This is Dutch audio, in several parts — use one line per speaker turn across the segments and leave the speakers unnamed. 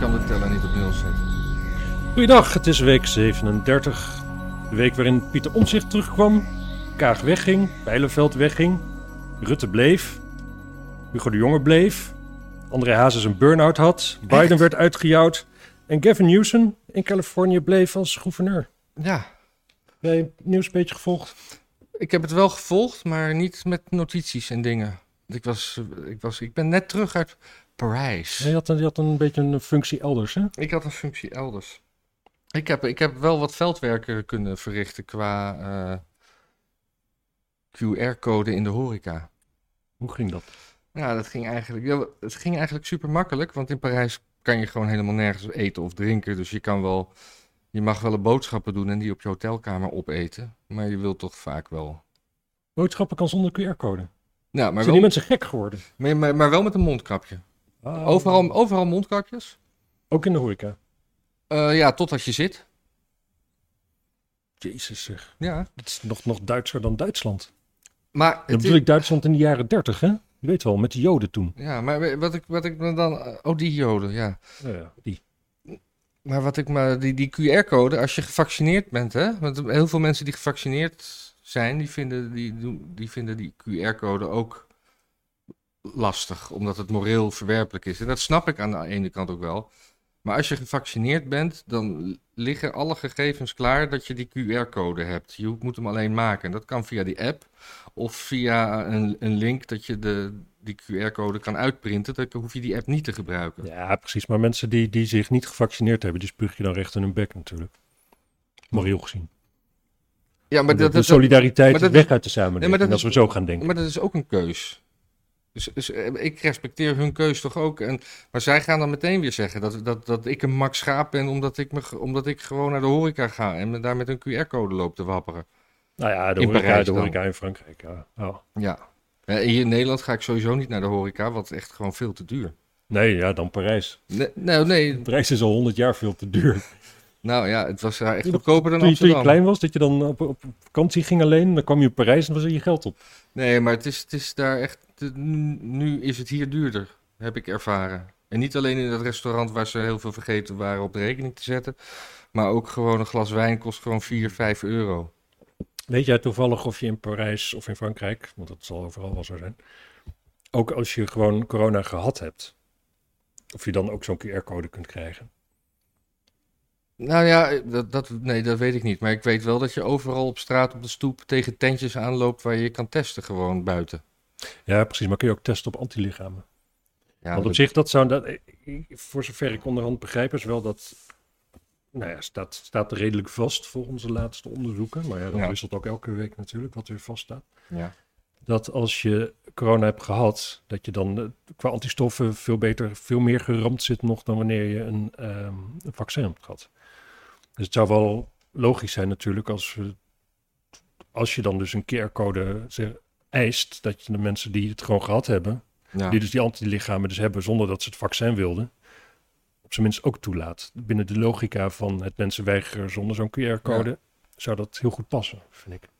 kan de teller niet op nul zetten.
Goeiedag, het is week 37. De week waarin Pieter Omtzigt terugkwam, Kaag wegging, Bijlenveld wegging, Rutte bleef, Hugo de Jonge bleef, André Hazes een burn-out had, Biden
Echt?
werd uitgejouwd en Gavin Newsom in Californië bleef als gouverneur.
Ja,
Nee, het nieuws een beetje gevolgd.
ik heb het wel gevolgd, maar niet met notities en dingen. Ik, was, eh, ik, was, ik ben net terug uit Parijs.
Hij had, een- die had een beetje een functie elders, hè?
Ik had een functie elders. Ik heb, ik heb wel wat veldwerken kunnen verrichten qua eh, QR-code in de horeca.
Hoe ging dat?
Ja, dat ging eigenlijk, ja, het ging eigenlijk super makkelijk, want in Parijs kan je gewoon helemaal nergens eten of drinken. Dus je kan wel, je mag wel boodschappen doen en die op je hotelkamer opeten. Maar je wilt toch vaak wel.
Boodschappen kan zonder QR-code.
Nou, maar
Zijn
wel,
die mensen gek geworden?
maar, maar, maar wel met een mondkapje. Overal, overal mondkapjes.
Ook in de horeca.
Eh, ja, totdat je zit.
Jezus zeg,
Ja.
dat is nog, nog Duitser dan Duitsland.
Maar
Dan
het
bedoel ik Duitsland in de jaren 30, hè? Je weet wel, met de Joden toen.
Ja, maar wat ik, wat ik me dan. Oh, die joden, ja.
die.
Maar wat ik me. Die, die QR-code, als je gevaccineerd bent, hè? Want heel veel mensen die gevaccineerd zijn, die vinden die, doen- die, vinden die QR-code ook lastig, omdat het moreel verwerpelijk is. En dat snap ik aan de ene kant ook wel. Maar als je gevaccineerd bent, dan liggen alle gegevens klaar dat je die QR-code hebt. Je moet hem alleen maken. En dat kan via die app of via een, een link dat je de, die QR-code kan uitprinten. Dan hoef je die app niet te gebruiken.
Ja, precies. Maar mensen die, die zich niet gevaccineerd hebben, die spuug je dan recht in hun bek natuurlijk. Moreel gezien.
Ja,
Maar de,
dat-
de
dat- dat-
solidariteit
maar
is
dat-
weg uit de
Nee,
samenleving
maar dat
als we
is-
zo gaan denken.
Maar dat is ook een keus. Dus, dus, eh, ik respecteer hun keus toch ook. En, maar zij gaan dan meteen weer zeggen dat, dat, dat ik een Max Schaap ben omdat ik, me, ge- omdat ik gewoon naar de horeca ga en me daar met een QR-code loop te wapperen.
nou ja, de
in
horeca,
Parijs
de
dan.
horeca in Frankrijk. Ja. Oh.
Ja. Eh, Hier in Nederland ga ik sowieso niet naar de horeca, want het is echt gewoon veel te duur.
Nee, ja, dan Parijs.
Nee, nou, nee,
Parijs is al 100 jaar veel te duur.
nou ja, het was daar echt
Toen-
goedkoper dan
Toen je, toen je
Amsterdam.
klein was, dat je dan op, op vakantie ging alleen, dan kwam je in Parijs en was er je geld op.
Nee, maar het is, het is daar echt. het- nu- Nu is het hier duurder, heb ik ervaren. En niet alleen in dat restaurant waar ze heel veel vergeten waren op de rekening te zetten. Maar ook gewoon een glas wijn kost gewoon 4, 5 euro.
Weet jij toevallig of je in Parijs of in Frankrijk, want dat zal overal wel zo zijn, ook als je gewoon corona gehad hebt, of je dan ook zo'n QR-code kunt krijgen?
Nou ja, dat, dat, nee, dat weet ik niet. Maar ik weet wel dat je overal op straat, op de stoep, tegen tentjes aanloopt waar je je kan testen gewoon buiten.
Ja, precies, maar kun je ook testen op antilichamen?
Ja,
want op
dat-
zich, dat zou, dat, ik- voor zover ik onderhand begrijp, is wel dat, nou ja, staat, staat redelijk vast voor onze laatste onderzoeken, maar ja, dat
Ja.
wisselt ook elke week natuurlijk wat weer vaststaat.
ja.
Dat als je corona hebt gehad, dat je dan eh, qua antistoffen veel beter, veel meer geramd zit nog dan wanneer je een, ehm, een vaccin hebt gehad. Dus het zou wel logisch zijn natuurlijk als, we- als je dan dus een QR-code zeg- eist, dat je de mensen die het gewoon gehad hebben,
Ja.
die dus die antilichamen dus hebben zonder dat ze het vaccin wilden, op zijn minst ook toelaat. Binnen de logica van het mensen weigeren zonder zo'n QR-code, zou dat heel goed passen, vind ik.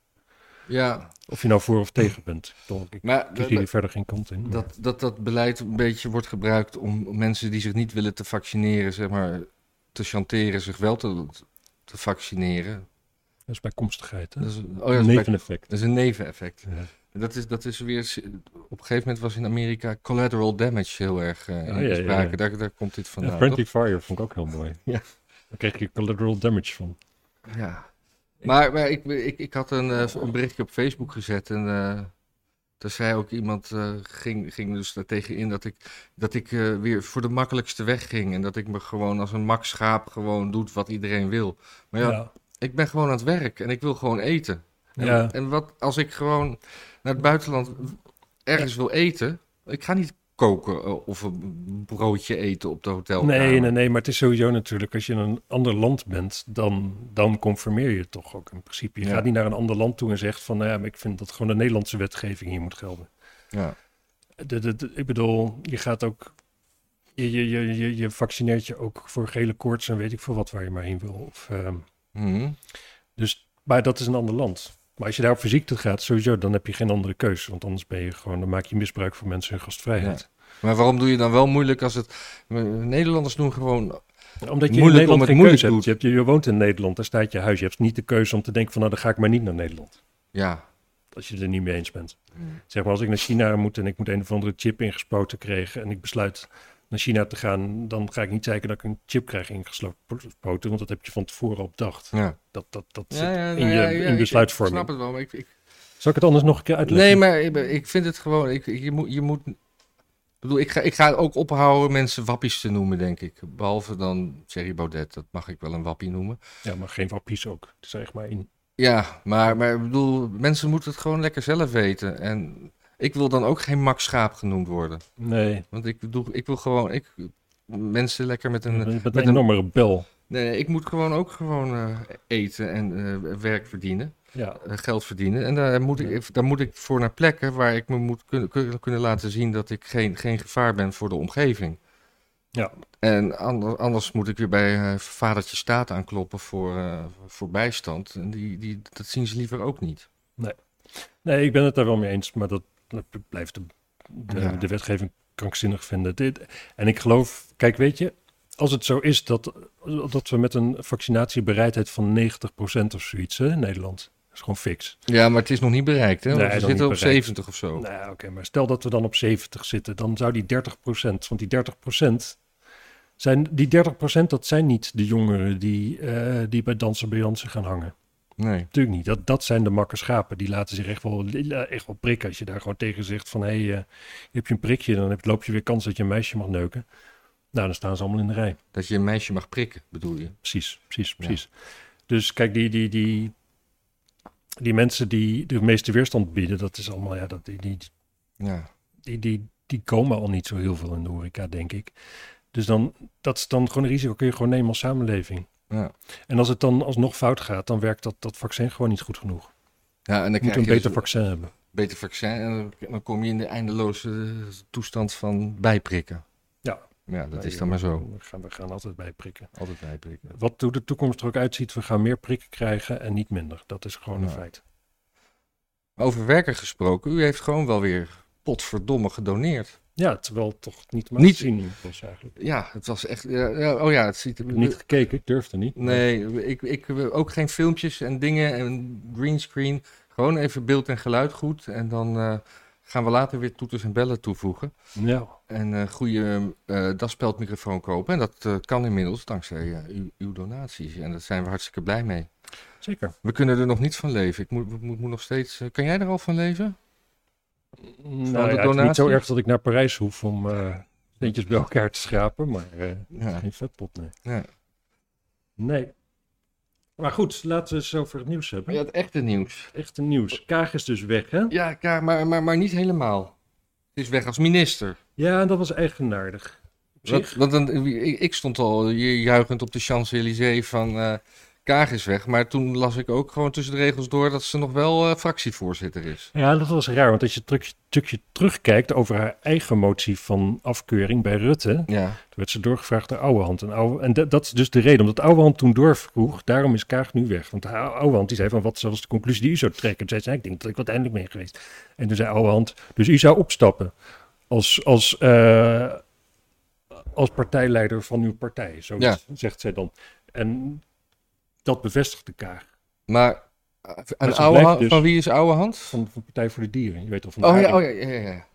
ja.
Of je nou voor of tegen bent. Toch, ik
Maar,
kies hier verder geen kant in. maar-
Dat, dat dat beleid een beetje wordt gebruikt om mensen die zich niet willen te vaccineren, zeg maar, te chanteren zich wel te, te vaccineren.
Dat is bijkomstigheid. Hè?
Dat is, oh ja, dat is, bij-
neveneffect.
dat is een neveneffect.
Ja.
Dat is, dat is weer, s- op een gegeven moment was in Amerika collateral damage heel erg eh, in
Ah, ja, ja,
sprake.
ja.
Daar, daar komt dit vandaan.
Ja, Friendly Fire vond ik ook heel mooi.
Ja.
Daar kreeg je collateral damage van.
toch? Ja. Maar, maar ik, ik, ik had een, eh, een berichtje op Facebook gezet en eh daar zei ook iemand, eh, ging, ging dus daartegen in dat ik, dat ik eh, weer voor de makkelijkste weg ging. En dat ik me gewoon als een max schaap gewoon doet wat iedereen wil. Maar ja,
ja.
ik ben gewoon aan het werk en ik wil gewoon eten. En,
Ja.
en wat als ik gewoon naar het buitenland ergens wil eten, ik ga niet koken eh, of een broodje eten op de hotel.
Nee, nee, nee, maar het is sowieso natuurlijk, als je in een ander land bent, dan, dan conformeer je toch ook in principe. Je
Ja.
gaat niet naar een ander land toe en zegt van, nou ja, maar ik vind dat gewoon de Nederlandse wetgeving hier moet gelden.
Ja.
De, de- de- ik bedoel, je gaat ook, je, je, je, je, je vaccineert je ook voor gele koorts en weet ik veel wat waar je maar heen wil. Of, ehm,
Mhm.
Dus, maar dat is een ander land. Maar als je daar op fysiek toe gaat, sowieso, dan heb je geen andere keus. Want anders ben je gewoon, dan maak je misbruik van mensen hun gastvrijheid.
Maar waarom doe je dan wel moeilijk als het... Nederlanders doen gewoon...
Omdat je
Moeilijk
in
om
Nederland
het
geen
moeilijk
keuze hebt.
doet.
Je, hebt- je, je woont in Nederland, daar staat je huis. Je hebt niet de keuze om te denken van nou, dan ga ik maar niet naar Nederland.
Ja,
Als je er niet mee eens bent.
Hmm.
Zeg maar als ik naar China moet en ik moet een of andere chip ingespoten krijgen en ik besluit naar China te gaan, dan ga ik niet zeker dat ik een chip krijg ingespoten, want dat heb je van tevoren al bedacht.
ja.
Dat, dat, dat
ja,
zit
ja,
in
nou
je
ja,
in
ja, ik-
besluitvorming.
Ik snap het wel, maar ik, ik-
Zal ik het anders nog een keer uitleggen?
Nee, maar ik, ik vind het gewoon... Ik, ik- je moet... Je moet ik bedoel, ik ga, ik ga ook ophouden mensen wappies te noemen, denk ik. Behalve dan Thierry Baudet, dat mag ik wel een wappie noemen.
Ja, maar geen wappies ook. Het is echt maar in.
Ja, maar, maar ik bedoel, mensen moeten het gewoon lekker zelf weten. En ik wil dan ook geen Max Schaap genoemd worden.
Nee,
Want ik, bedoel, ik wil gewoon ik, mensen lekker met een...
met,
met
een
een-
enorme rebel.
Nee, nee, ik moet gewoon ook gewoon eh, eten en eh, werk verdienen,
Ja,
eh, geld verdienen. En daar moet, ik, daar moet ik voor naar plekken waar ik me moet kunnen, kunnen, kunnen laten zien dat ik geen, geen gevaar ben voor de omgeving.
Ja.
En ander- anders moet ik weer bij eh, vadertje staat aankloppen voor, eh, voor bijstand. En die, die, dat zien ze liever ook niet.
nee, ik ben het daar wel mee eens, maar dat dat blijft de, de,
Ja.
de wetgeving krankzinnig vinden. Dit, en ik geloof, kijk, weet je, als het zo is dat, dat we met een vaccinatiebereidheid van 90% of zoiets hè, in Nederland, dat is gewoon fix.
Ja, maar het is nog niet bereikt, hè?
Nee,
Want
hij
we
is nog
zitten op
niet bereikt.
70 of zo.
Nou, ja, oké, maar stel dat we dan op 70 zitten, dan zou die 30%, want die 30% zijn, die 30% dat zijn niet de jongeren die, eh, die bij dansen bij Jansen gaan hangen.
Nee.
Natuurlijk niet. Dat, dat zijn de makke schapen. Die laten zich echt wel, eh, echt wel prikken. Als je daar gewoon tegen zegt van... hé, hey, eh, heb je een prikje... dan heb, loop je weer kans dat je een meisje mag neuken. Nou, dan staan ze allemaal in de rij.
Dat je een meisje mag prikken, bedoel je?
Precies, precies, precies. Dus kijk, die, die, die, die mensen die de meeste weerstand bieden... dat is allemaal... Ja, dat, die, die,
Ja.
die, die, die komen al niet zo heel veel in de horeca, denk ik. Dus dan, dat is dan gewoon een risico. Kun je gewoon nemen als samenleving.
Ja.
En als het dan alsnog fout gaat... dan werkt dat, dat vaccin gewoon niet goed genoeg.
ja en dan
Je moet
krijg
een
je dus
beter vaccin hebben.
beter vaccin en dan- dan kom je in de eindeloze eh, toestand van bijprikken.
Ja.
Ja, dat
Nee,
is dan maar zo.
We gaan, we gaan altijd bij prikken.
Altijd bijprikken.
Wat hoe de toekomst er ook uitziet, we gaan meer prikken krijgen en niet minder. Dat is gewoon een
Ja.
feit.
Over werken gesproken, u heeft gewoon wel weer potverdomme gedoneerd.
Ja, terwijl toch niet maar
Niet-
zien was eigenlijk.
Ja, het was echt... ja, ja, oh ja, het ziet er...
Niet gekeken, ik durfde niet.
Nee, ik, ik, ook geen filmpjes en dingen en greenscreen. Gewoon even beeld en geluid goed. En dan eh, gaan we later weer toeters en bellen toevoegen.
Ja,
En een goede eh daspeldmicrofoon kopen. En dat eh, kan inmiddels dankzij eh, uw, uw donaties. En daar zijn we hartstikke blij mee.
zeker.
We kunnen er nog niet van leven. Ik moet, moet, moet nog steeds. eh, kan jij er al van leven?
Nou, ja, het is niet
donatie?
zo erg dat ik naar Parijs hoef om eh centjes bij elkaar te schrapen, maar eh, het is
Ja.
geen vetpot, nee.
Ja.
Nee. Maar goed, laten we het eens over het nieuws hebben.
Maar ja, het echte nieuws.
Echte nieuws. Kaag is dus weg, hè?
Ja, ja, maar, maar, maar niet helemaal. Het is weg als minister.
Ja, en dat was eigenaardig. Op
Want,
zich.
want dan, ik, ik stond al ju- juichend op de Champs-Élysées van. eh Kaag is weg, maar toen las ik ook gewoon tussen de regels door dat ze nog wel eh, fractievoorzitter is.
Ja, dat was raar, want als je het stukje- stukje terugkijkt over haar eigen motie van afkeuring bij Rutte, toen
Ja,
werd ze doorgevraagd naar Ouwehand. En, Ouwe, en dat- dat is dus de reden, omdat Ouwehand toen doorvroeg, daarom is Kaag nu weg. Want Ou- Ouwehand die zei van, wat was de conclusie die u zou trekken? En zij zei, ik denk dat ik wat eindelijk ben geweest. En toen zei Ouwehand, dus u zou opstappen als, als, eh, als partijleider van uw partij, zo
Ja.
zegt zij dan. En dat bevestigde Kaag.
maar. eh, Een
ze
oude,
blijft
hand-
dus-
Van wie is oude hand?
Van, van Partij voor de Dieren, je weet al van de
Oh ja,
Haring.
oh ja, ja, ja. ja.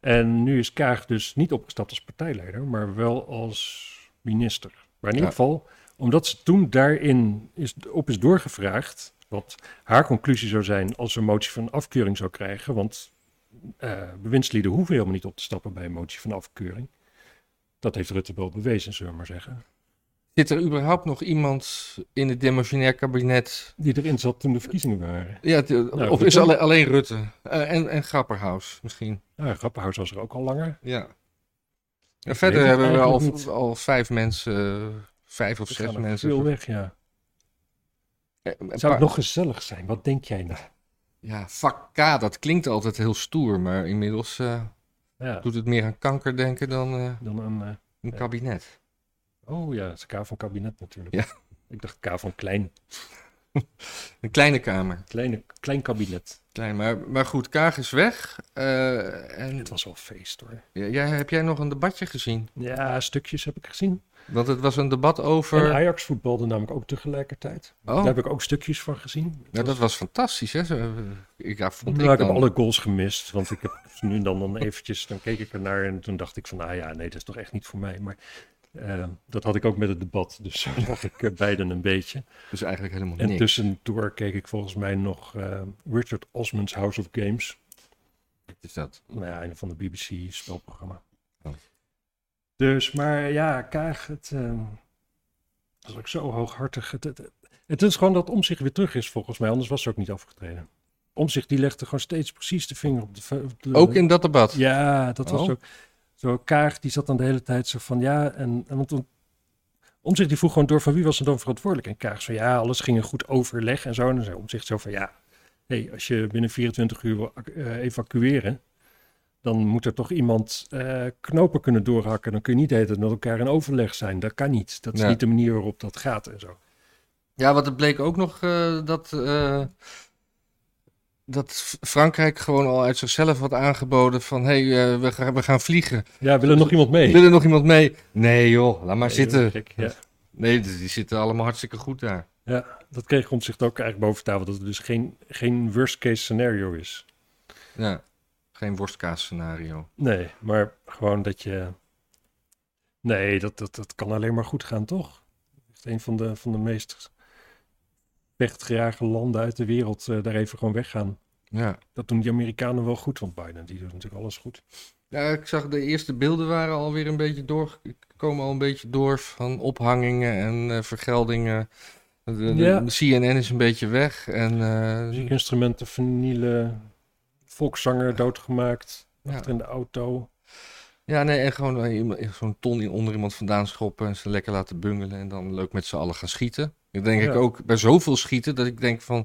En nu is Kaag dus niet opgestapt als partijleider, maar wel als minister. Maar in ieder
Ja.
geval, omdat ze toen daarin is, op is doorgevraagd, wat haar conclusie zou zijn als ze een motie van afkeuring zou krijgen, want eh, bewindslieden hoeven helemaal niet op te stappen bij een motie van afkeuring. Dat heeft Rutte wel bewezen, zullen we maar zeggen.
Zit er überhaupt nog iemand in het demissionair kabinet?
Die erin zat toen de verkiezingen waren.
Ja, het- of
Rutte.
is alle- alleen Rutte? Eh, en, en Grapperhaus misschien.
Ja, Grappenhuis was er ook al langer.
Ja. En verder
het
hebben we
eigenlijk
al,
niet.
al vijf mensen, eh, vijf of
Er
zes
gaan er
mensen.
veel
voor-
weg, ja.
eh, een
Zou
paar-
het nog gezellig zijn? Wat denk jij nou?
Ja, vak K, dat klinkt altijd heel stoer, maar inmiddels eh,
Ja,
doet het meer aan kanker denken dan eh,
dan een... eh,
een
Ja.
kabinet.
Oh ja, het is K van kabinet natuurlijk.
Ja.
Ik dacht K van klein,
Een kleine kamer.
kleine, klein kabinet.
Klein, maar, maar goed, Kaag is weg. eh, en
Het was wel feest hoor.
Ja, jij- heb jij nog een debatje gezien?
Ja, stukjes heb ik gezien.
Want het was een debat
En
over.
Ajax voetbalde namelijk ook tegelijkertijd.
Oh,
Daar heb ik ook stukjes van gezien.
nou, dat was fantastisch, hè? Zo- eh, Ik, ja, vond
Nou, ik
ik
heb
dan.
alle goals gemist, want ik heb ze nu en dan, dan eventjes, dan keek ik ernaar en toen dacht ik van, ah ja, nee, dat is toch echt niet voor mij. Maar eh, dat had ik ook met het debat, dus zo zag ik er beiden een beetje.
Dus eigenlijk helemaal
En
niks.
tussendoor keek ik volgens mij nog eh, Richard Osman's House of Games,
Wat is dat?
nou ja, een van de BBC spelprogramma.
Oh.
Dus, maar ja, Kaag, het eh, was ook zo hooghartig. Het, het, het is gewoon dat Omzicht weer terug is volgens mij, anders was ze ook niet afgetreden. Omzicht die legde gewoon steeds precies de vinger op de... ve- op de-
Ook in dat debat.
ja, dat was
Oh.
zo. Zo Kaag, die zat dan de hele tijd zo van ja. En, en want toen- Omtzigt die vroeg gewoon door van wie was er dan verantwoordelijk? En Kaag zo ja, alles ging in goed overleg en zo. En dan zei Omtzigt zo van ja, hey, als je binnen 24 uur wil ac- eh, evacueren, dan moet er toch iemand eh, knopen kunnen doorhakken. Dan kun je niet de hele tijd met elkaar in overleg zijn. Dat kan niet. Dat is
Ja.
niet de manier waarop dat gaat en zo.
Ja, want het bleek ook nog eh, dat. eh, dat F- Frankrijk gewoon al uit zichzelf had aangeboden van... hé, hey, eh, we, gaan, we gaan vliegen.
Ja, wil er nog iemand mee?
Wil er nog iemand mee? Nee joh, laat maar zitten.
Gek, ja.
Nee, dus die die zitten allemaal hartstikke goed daar.
ja, dat kreeg Omtzigt ook eigenlijk boven tafel. Dat het dus geen, geen worst case scenario is.
Ja, geen worstkaas scenario.
Nee, maar gewoon dat je. Nee, dat, dat, dat kan alleen maar goed gaan, toch? Echt een van de, van de meest vechtgejaagde landen uit de wereld eh, daar even gewoon weggaan.
Ja.
Dat doen die Amerikanen wel goed, want Biden die doet natuurlijk alles goed.
Ja, ik zag de eerste beelden waren alweer een beetje door, komen al een beetje door van ophangingen en eh, vergeldingen. De, de-
Ja.
de CNN is een beetje weg en eh,
Muziekinstrumenten vernielen, volkszanger doodgemaakt,
Ja.
achter in de auto.
ja, nee, en gewoon eh, iemand- zo'n ton in- onder iemand vandaan schoppen en ze lekker laten bungelen en dan leuk met z'n allen gaan schieten. Ik denk
Ja.
ik ook bij zoveel schieten dat ik denk van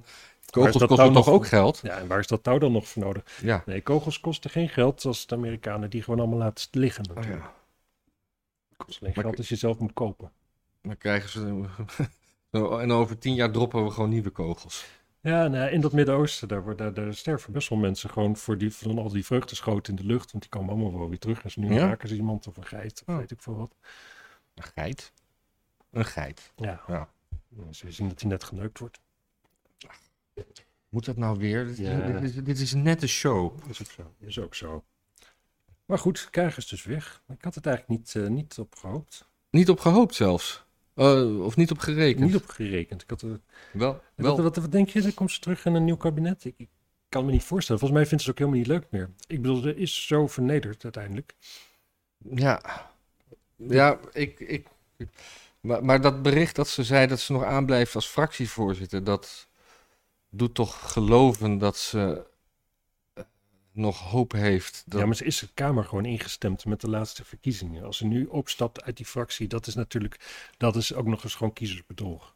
kogels kosten
dat nou
toch
nog-
ook geld.
Ja, en waar is dat touw dan nog voor nodig?
Ja.
Nee, kogels kosten geen geld, zoals de Amerikanen die gewoon allemaal laten liggen natuurlijk. Kost alleen
Oh Maar
geld
ik-
als je zelf moet kopen.
Dan krijgen ze zo- en over tien jaar droppen we gewoon nieuwe kogels.
Ja, nou, in dat Midden-Oosten, daar, wordt- daar, daar sterven best wel mensen gewoon voor die, van al die vreugdeschoten in de lucht. Want die komen allemaal wel weer terug. En ze nu
Ja?
raken ze iemand of een geit, of
Oh.
weet ik veel wat.
Een geit. Een geit.
Ja.
Ja.
Ze zien dat hij net geneukt wordt.
Moet dat nou weer? Dit,
Ja.
dit is, dit is net een show.
Is ook zo. Is ook zo. Maar goed, Kaag is dus weg. Ik had het eigenlijk niet, eh, niet op gehoopt.
Niet op gehoopt zelfs. Eh, of niet op gerekend.
Niet op gerekend. Ik had, er-
Wel, wel.
wat, wat, wat denk je, dan komt ze terug in een nieuw kabinet? Ik, ik kan me niet voorstellen. Volgens mij vindt ze het ook helemaal niet leuk meer. Ik bedoel, ze is zo vernederd uiteindelijk.
Ja. Ja, ik... ik maar, maar dat bericht dat ze zei dat ze nog aanblijft als fractievoorzitter... dat doet toch geloven dat ze eh, nog hoop heeft. Dat,
Ja, maar ze is de Kamer gewoon ingestemd met de laatste verkiezingen. Als ze nu opstapt uit die fractie, dat is natuurlijk, dat is ook nog eens gewoon kiezersbedrog.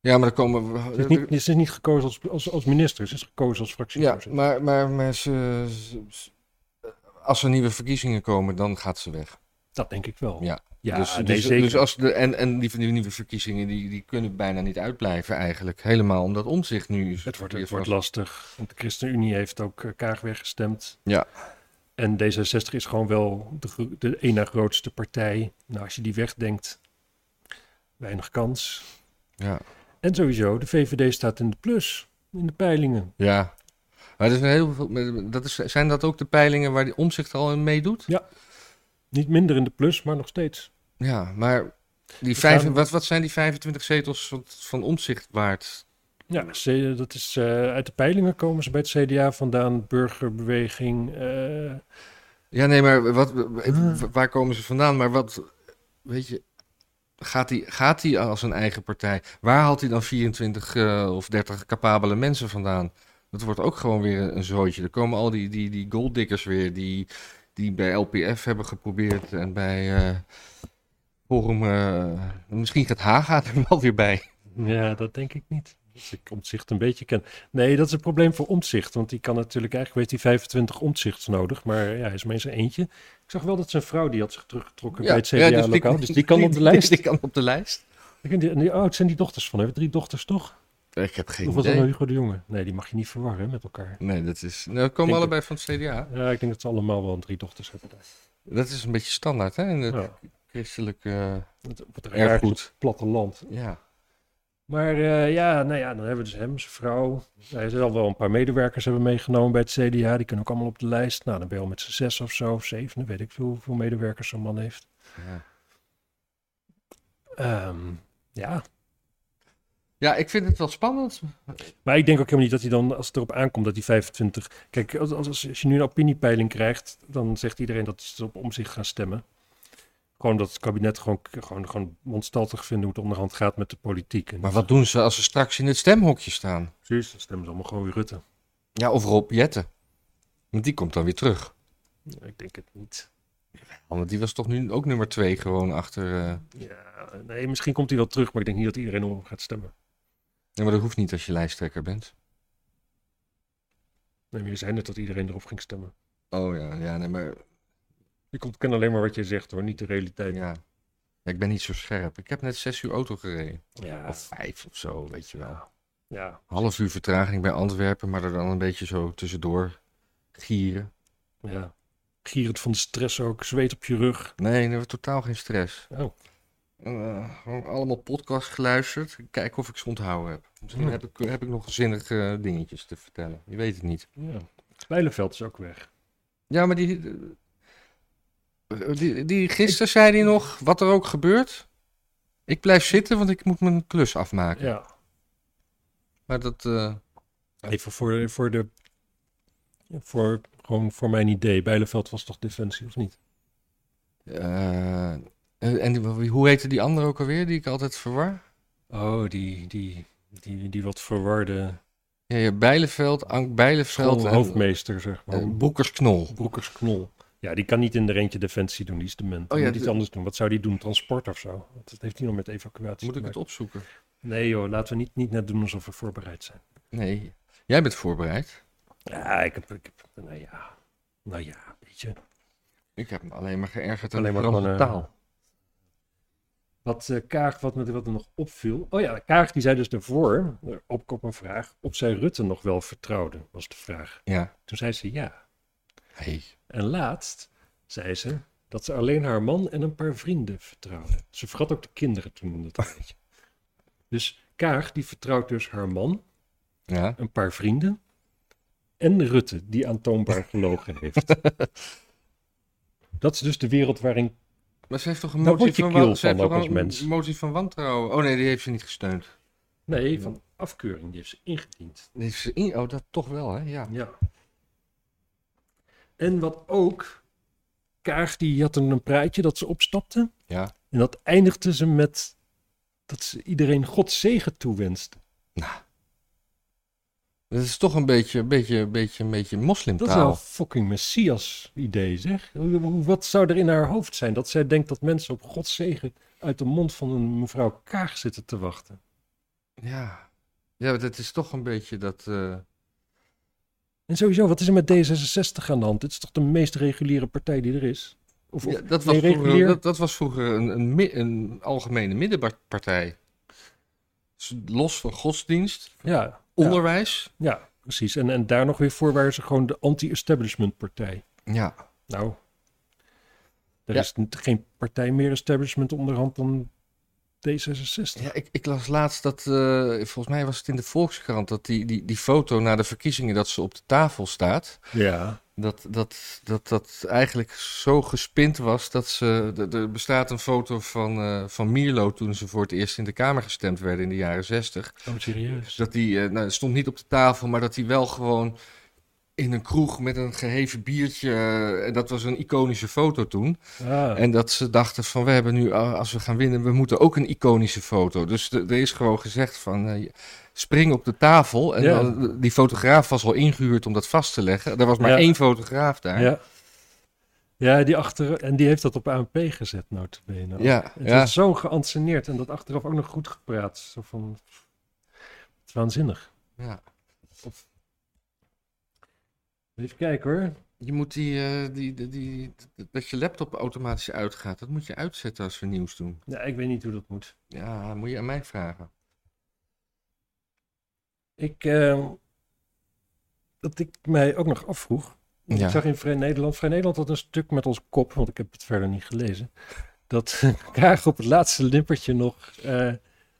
ja, maar dan komen... we-
Ze is niet, ze is niet gekozen als, als, als minister, ze is gekozen als
Ja,
fractievoorzitter.
maar, maar, maar ze, ze- ze- als er nieuwe verkiezingen komen, dan gaat ze weg.
Dat denk ik wel.
Ja,
ja
dus,
nee,
dus,
zeker.
dus als de, en, en die, die nieuwe verkiezingen die, die kunnen bijna niet uitblijven eigenlijk. Helemaal omdat omzicht nu.
het wordt,
weer
het wordt
vast-
lastig, want de ChristenUnie heeft ook eh, Kaag weggestemd.
Ja.
En D66 is gewoon wel de, gro- de ene grootste partij. Nou, als je die wegdenkt, weinig kans.
Ja.
En sowieso, de VVD staat in de plus, in de peilingen.
ja. Maar er zijn heel veel, maar dat is, zijn dat ook de peilingen waar die omzicht al in meedoet?
Niet minder in de plus, maar nog steeds.
Ja, maar die
We
vijf,
gaan-
wat, wat zijn die 25 zetels van, van omzicht waard?
Ja, ze- dat is, eh, uit de peilingen komen ze bij het CDA vandaan, burgerbeweging. eh,
Ja, nee, maar wat,
Ah.
waar komen ze vandaan? Maar wat, weet je, gaat hij gaat die als een eigen partij? Waar haalt hij dan 24 eh, of 30 capabele mensen vandaan? Dat wordt ook gewoon weer een zootje. Er komen al die, die, die golddiggers weer, die, die bij LPF hebben geprobeerd en bij eh Forum. eh, misschien gaat Haga er wel weer bij.
ja, dat denk ik niet. Als ik omzicht een beetje ken. Nee, dat is een probleem voor omzicht. Want die kan natuurlijk eigenlijk, weet hij, 25 omzichts nodig. Maar ja, hij is maar in zijn eentje. Ik zag wel dat zijn vrouw, die had zich teruggetrokken bij het
dus
CDA-lokaal. dus, die kan op de lijst.
Die kan op de lijst.
Ik weet niet, en die- oh, het zijn die dochters van hem. Drie dochters, toch?
Ik heb geen
Of was dat nou
idee.
Hugo de Jonge? Nee, die mag je niet verwarren met elkaar.
Nee, dat is... Nou, dat komen
Denk
allebei van het CDA.
Ja, ik denk dat ze allemaal wel drie dochters hebben. daar.
Dat is een beetje standaard, hè? In het
Ja,
christelijke... eh,
het wordt er
Erg
erg
goed.
goed. Platteland.
ja.
Maar eh, ja, nou ja, dan hebben we dus hem, zijn vrouw. Hij zal wel een paar medewerkers hebben meegenomen bij het CDA. Die kunnen ook allemaal op de lijst. Nou, dan ben je al met z'n zes of zo, of zeven. Dan weet ik veel hoeveel medewerkers zo'n man heeft.
ja.
Ehm, ja,
Ja, ik vind het wel spannend.
maar ik denk ook helemaal niet dat hij dan, als het erop aankomt, dat hij 25... Kijk, als, als, als je nu een opiniepeiling krijgt, dan zegt iedereen dat ze op om zich gaan stemmen. Gewoon dat het kabinet gewoon, gewoon, gewoon ontstaltig vinden hoe het onderhand gaat met de politiek. En
Maar wat doen ze als ze straks in het stemhokje staan?
Precies, dan stemmen ze allemaal gewoon weer Rutte.
Ja, of Rob Jetten. Want die komt dan weer terug.
Ik denk het niet.
Want die was toch nu ook nummer twee gewoon achter... eh,
Ja, nee, misschien komt hij wel terug, maar ik denk niet dat iedereen om hem gaat stemmen.
Nee, maar dat hoeft niet als je lijsttrekker bent.
Nee, maar je zei net dat iedereen erop ging stemmen.
Oh ja, ja, nee, maar...
Ik ontken alleen maar wat je zegt hoor, niet de realiteit.
Ja. Ja, ik ben niet zo scherp. Ik heb net zes uur auto gereden.
Ja,
Of vijf of zo, weet je wel.
ja.
Half uur vertraging bij Antwerpen, maar er dan een beetje zo tussendoor gieren.
ja. Gierend van de stress ook, zweet op je rug.
Nee, er was totaal geen stress.
Oh.
Eh, gewoon allemaal podcast geluisterd. Kijken of ik ze onthouden heb. Misschien
Hmm.
heb, ik, heb ik nog zinnige eh, dingetjes te vertellen. Je weet het niet.
Ja. Bijleveld is ook weg.
Ja, maar die. eh, Die, die gisteren zei hij nog, wat er ook gebeurt. Ik blijf zitten, want ik moet mijn klus afmaken.
Ja.
Maar dat. eh,
Even voor, voor de... Voor, gewoon voor mijn idee. Bijleveld was toch defensie, of niet?
eh, en die- hoe heette die andere ook alweer, die ik altijd verwar?
Oh, die, die, die, die wat verwarde
Ja, ja Bijleveld, Ank Bijleveld en,
hoofdmeester, zeg maar.
en Boekersknol.
Broekersknol. Ja, die kan niet in de eentje defensie doen, die is dement.
Oh
Oh,
ja,
moet iets
de-
anders doen. Wat zou die doen? Transport of zo? Want Dat heeft hij nog met evacuatie
Moet
te
ik het
maken.
opzoeken?
Nee joh, laten we niet, niet net doen alsof we voorbereid zijn.
Nee, jij bent voorbereid.
Ja, ik heb... Ik heb nou ja, nou ja, weet je.
Ik heb me alleen maar geërgerd aan
Alleen maar
de
gewoon...
Franse
eh,
taal.
Wat eh, Kaag, wat, me- wat er nog opviel... Oh ja, Kaag die zei dus daarvoor, eh, op op een vraag... of zij Rutte nog wel vertrouwde, was de vraag.
Ja.
Toen zei ze ja.
Hey.
En laatst zei ze dat ze alleen haar man en een paar vrienden vertrouwde. Ze vergat ook de kinderen toen in dat tijdje. Dus Kaag die vertrouwt dus haar man,
Ja.
een paar vrienden en Rutte die aantoonbaar gelogen heeft. Dat is dus de wereld waarin...
Maar ze heeft toch een
Daar
motie
word je
van,
kiel
wan- ze
van
heeft
ook
toch
als
een
mens.
motie van wantrouwen. Oh nee, die heeft ze niet gesteund.
Nee, van afkeuring, die heeft ze ingediend.
Die heeft ze in... Oh, dat toch wel, hè? Ja.
Ja. En wat ook, Kaag die had een praatje dat ze opstapte.
Ja.
En dat eindigde ze met dat ze iedereen Gods zegen toewenst.
Nou. Dat is toch een beetje, een beetje, een beetje, een beetje
Dat is wel
moslimtaal.
een fucking messias-idee, zeg. Hoe- hoe- Wat zou er in haar hoofd zijn dat zij denkt dat mensen op Gods zegen uit de mond van een mevrouw Kaag zitten te wachten?
Ja. Ja, maar dat is toch een beetje dat... eh,
En sowieso, wat is er met D66 aan de hand? Dit is toch de meest reguliere partij die er is? Of, of
ja, dat, was
nee,
vroeger,
regulier.
dat, dat was vroeger een, een, mi- een algemene middenpartij. Dus Los van godsdienst,
Ja, ja,
onderwijs.
ja, precies. En, en daar nog weer voor waren ze gewoon de anti-establishment partij.
Ja.
Nou, er
Ja.
is n- geen partij meer establishment onderhand dan D66.
Ja, ik, ik las laatst dat, eh, volgens mij was het in de Volkskrant, dat die, die, die foto na de verkiezingen dat ze op de tafel staat,
Ja.
dat dat, dat, dat eigenlijk zo gespind was dat ze, d- er bestaat een foto van, eh, van Mierlo toen ze voor het eerst in de Kamer gestemd werden in de jaren zestig.
Oh, serieus?
Dat die, eh, nou het stond niet op de tafel, maar dat die wel gewoon in een kroeg met een geheven biertje, eh, en dat was een iconische foto toen.
Ah,
En dat ze dachten van, we hebben nu, ah, als we gaan winnen, we moeten ook een iconische foto. Dus de- er is gewoon gezegd van, eh, spring op de tafel. En
Ja.
dan- die fotograaf was al ingehuurd om dat vast te leggen. Er was maar
Ja.
één fotograaf daar. Ja,
ja. Ja, die achter... En die heeft dat op ANP gezet, notabene.
ja,
Het is zo geanceneerd en dat achteraf ook nog goed gepraat. Zo van... Het is waanzinnig.
ja.
Even kijken hoor.
Je moet die, eh, die, die, die, dat je laptop automatisch uitgaat, dat moet je uitzetten als we nieuws doen.
Ja, ik weet niet hoe dat moet.
Ja, moet je aan mij vragen.
Ik, ehm, dat ik mij ook nog afvroeg. want
Ja.
Ik zag in Vrij Nederland. Vrij Nederland had een stuk met ons kop, want ik heb het verder niet gelezen. Dat Kaag op het laatste limpertje nog eh,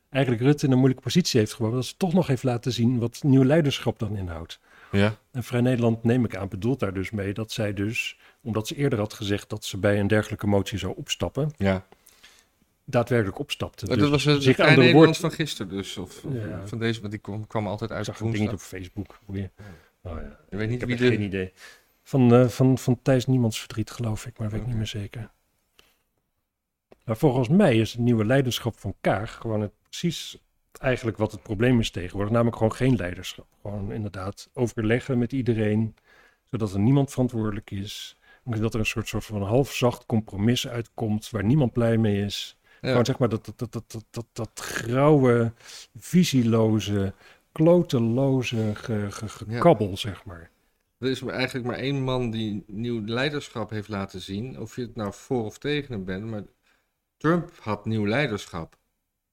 eigenlijk Rutte in een moeilijke positie heeft gebracht. Dat ze toch nog heeft laten zien wat nieuw leiderschap dan inhoudt.
Ja.
En Vrij Nederland, neem ik aan, bedoelt daar dus mee dat zij dus, omdat ze eerder had gezegd dat ze bij een dergelijke motie zou opstappen,
ja.
daadwerkelijk opstapte.
Maar
Dus
dat was het
zich
Vrij
aan de
Nederland
woord.
van gisteren dus. Of of
Ja.
van deze, want die kwam, kwam altijd
Ik
uit
zag het
woensdag.
dingetje op Facebook. Boeien. Oh ja.
Ik weet niet
Ik
wie
heb
de...
echt geen idee. Van, eh, van, van Thijs Niemands Verdriet, geloof ik, maar weet ik niet
Oké.
meer zeker. Maar volgens mij is het nieuwe leiderschap van Kaag gewoon het, precies eigenlijk wat het probleem is tegenwoordig. Namelijk gewoon geen leiderschap. Gewoon inderdaad overleggen met iedereen, zodat er niemand verantwoordelijk is. Dat er een soort, soort van halfzacht compromis uitkomt waar niemand blij mee is.
Ja.
Gewoon zeg maar dat, dat, dat, dat, dat, dat, dat grauwe, visieloze, kloteloze ge- ge- gekabbel, zeg maar.
Er is maar eigenlijk maar één man die nieuw leiderschap heeft laten zien. Of je het nou voor of tegen hem bent, maar Trump had nieuw leiderschap.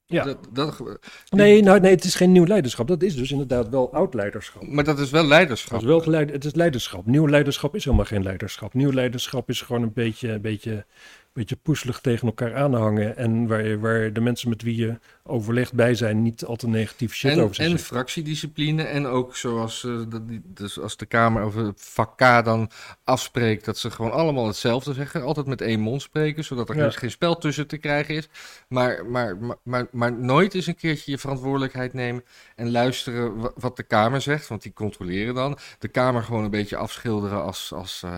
Ja.
Dat, dat, ge-
Nee, nou, nee, het is geen nieuw leiderschap. Dat is dus inderdaad wel oud leiderschap.
maar dat is wel
Het
leiderschap.
is, wel geleid, het is leiderschap. Nieuw leiderschap is helemaal geen leiderschap. Nieuw leiderschap is gewoon een beetje, een beetje, een beetje poeselig tegen elkaar aanhangen. En waar, je- waar de mensen met wie je overlegt bij zijn niet al te negatief shit
En,
over ze
en
zeggen.
fractiediscipline. En ook zoals eh, dat die- dus als de Kamer of het vak K dan afspreekt dat ze gewoon allemaal hetzelfde zeggen. Altijd met één mond spreken, zodat er
Ja.
geen- geen spel tussen te krijgen is. Maar, maar, maar, maar, maar nooit eens een keertje je verantwoordelijkheid nemen en luisteren wa- wat de Kamer zegt. Want die controleren dan. De Kamer gewoon een beetje afschilderen als. als eh,